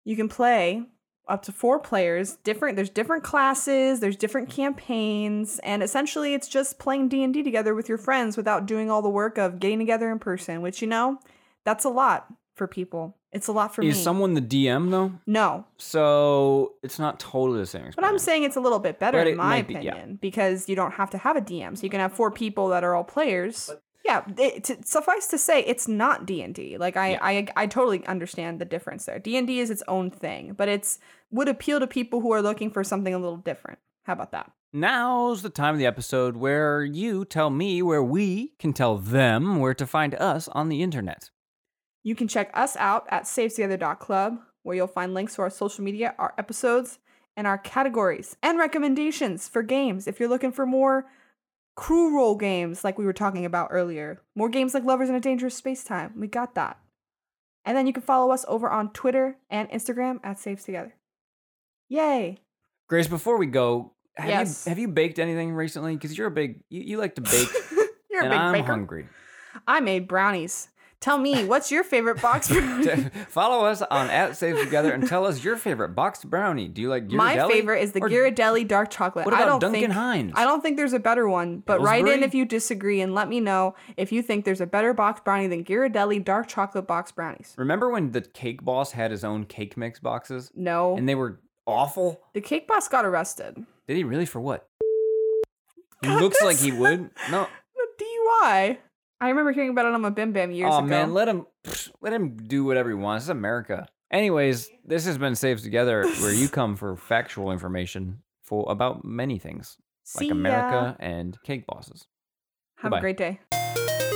[SPEAKER 2] you can play up to four players. Different. There's different classes. There's different campaigns, and essentially it's just playing D and D together with your friends without doing all the work of getting together in person. Which you know, that's a lot for people. It's a lot for
[SPEAKER 1] is
[SPEAKER 2] me.
[SPEAKER 1] someone the DM though,
[SPEAKER 2] no,
[SPEAKER 1] so it's not totally the same. Experience.
[SPEAKER 2] But I'm saying it's a little bit better,
[SPEAKER 1] But
[SPEAKER 2] in
[SPEAKER 1] it
[SPEAKER 2] my
[SPEAKER 1] might be- yeah.
[SPEAKER 2] opinion, because you don't have to have a DM, so you can have four people that are all players. yeah, it, to, suffice to say, it's not D and D. Like I,
[SPEAKER 1] Yeah.
[SPEAKER 2] I, I totally understand the difference there. D and D is its own thing, but it's would appeal to people who are looking for something a little different. How about that?
[SPEAKER 1] Now's the time of the episode where you tell me where we can tell them where to find us on the internet.
[SPEAKER 2] You can check us out at savetogether.club, where you'll find links to our social media, our episodes, and our categories and recommendations for games if you're looking for more crew role games like we were talking about earlier. More games like Lovers in a Dangerous Space Time. We got that. And then you can follow us over on Twitter and Instagram at Saves Together. Yay!
[SPEAKER 1] Grace, before we go, have,
[SPEAKER 2] Yes.
[SPEAKER 1] you, have you baked anything recently? Because you're a big, you, you
[SPEAKER 2] [laughs]
[SPEAKER 1] like to bake,
[SPEAKER 2] You're a
[SPEAKER 1] and
[SPEAKER 2] big
[SPEAKER 1] I'm
[SPEAKER 2] baker.
[SPEAKER 1] hungry.
[SPEAKER 2] I made brownies. Tell me, what's your
[SPEAKER 1] [laughs]
[SPEAKER 2] favorite box brownie?
[SPEAKER 1] Follow us on at Save Together and tell us your favorite boxed brownie. Do you like Ghirardelli?
[SPEAKER 2] [laughs] My favorite is the
[SPEAKER 1] Or
[SPEAKER 2] Ghirardelli dark chocolate.
[SPEAKER 1] What about
[SPEAKER 2] I don't
[SPEAKER 1] Duncan
[SPEAKER 2] think,
[SPEAKER 1] Hines?
[SPEAKER 2] I don't think there's a better one, but write in
[SPEAKER 1] Pillsbury?
[SPEAKER 2] if you disagree and let me know if you think there's a better box brownie than Ghirardelli dark chocolate box brownies.
[SPEAKER 1] Remember when the Cake Boss had his own cake mix boxes
[SPEAKER 2] No.
[SPEAKER 1] and they were awful?
[SPEAKER 2] the cake boss got arrested.
[SPEAKER 1] Did he really for what? He
[SPEAKER 2] God,
[SPEAKER 1] looks like
[SPEAKER 2] that's-
[SPEAKER 1] he would. No.
[SPEAKER 2] The DUI. I remember hearing about it on my Bim Bam years
[SPEAKER 1] oh
[SPEAKER 2] ago.
[SPEAKER 1] man, let him pfft, let him do whatever he wants. It's America. Anyways, this has been Saves Together, where
[SPEAKER 2] [laughs]
[SPEAKER 1] you come for factual information for about many things,
[SPEAKER 2] See
[SPEAKER 1] like
[SPEAKER 2] uh, ya.
[SPEAKER 1] America and cake bosses.
[SPEAKER 2] Have
[SPEAKER 1] Goodbye.
[SPEAKER 2] a great day.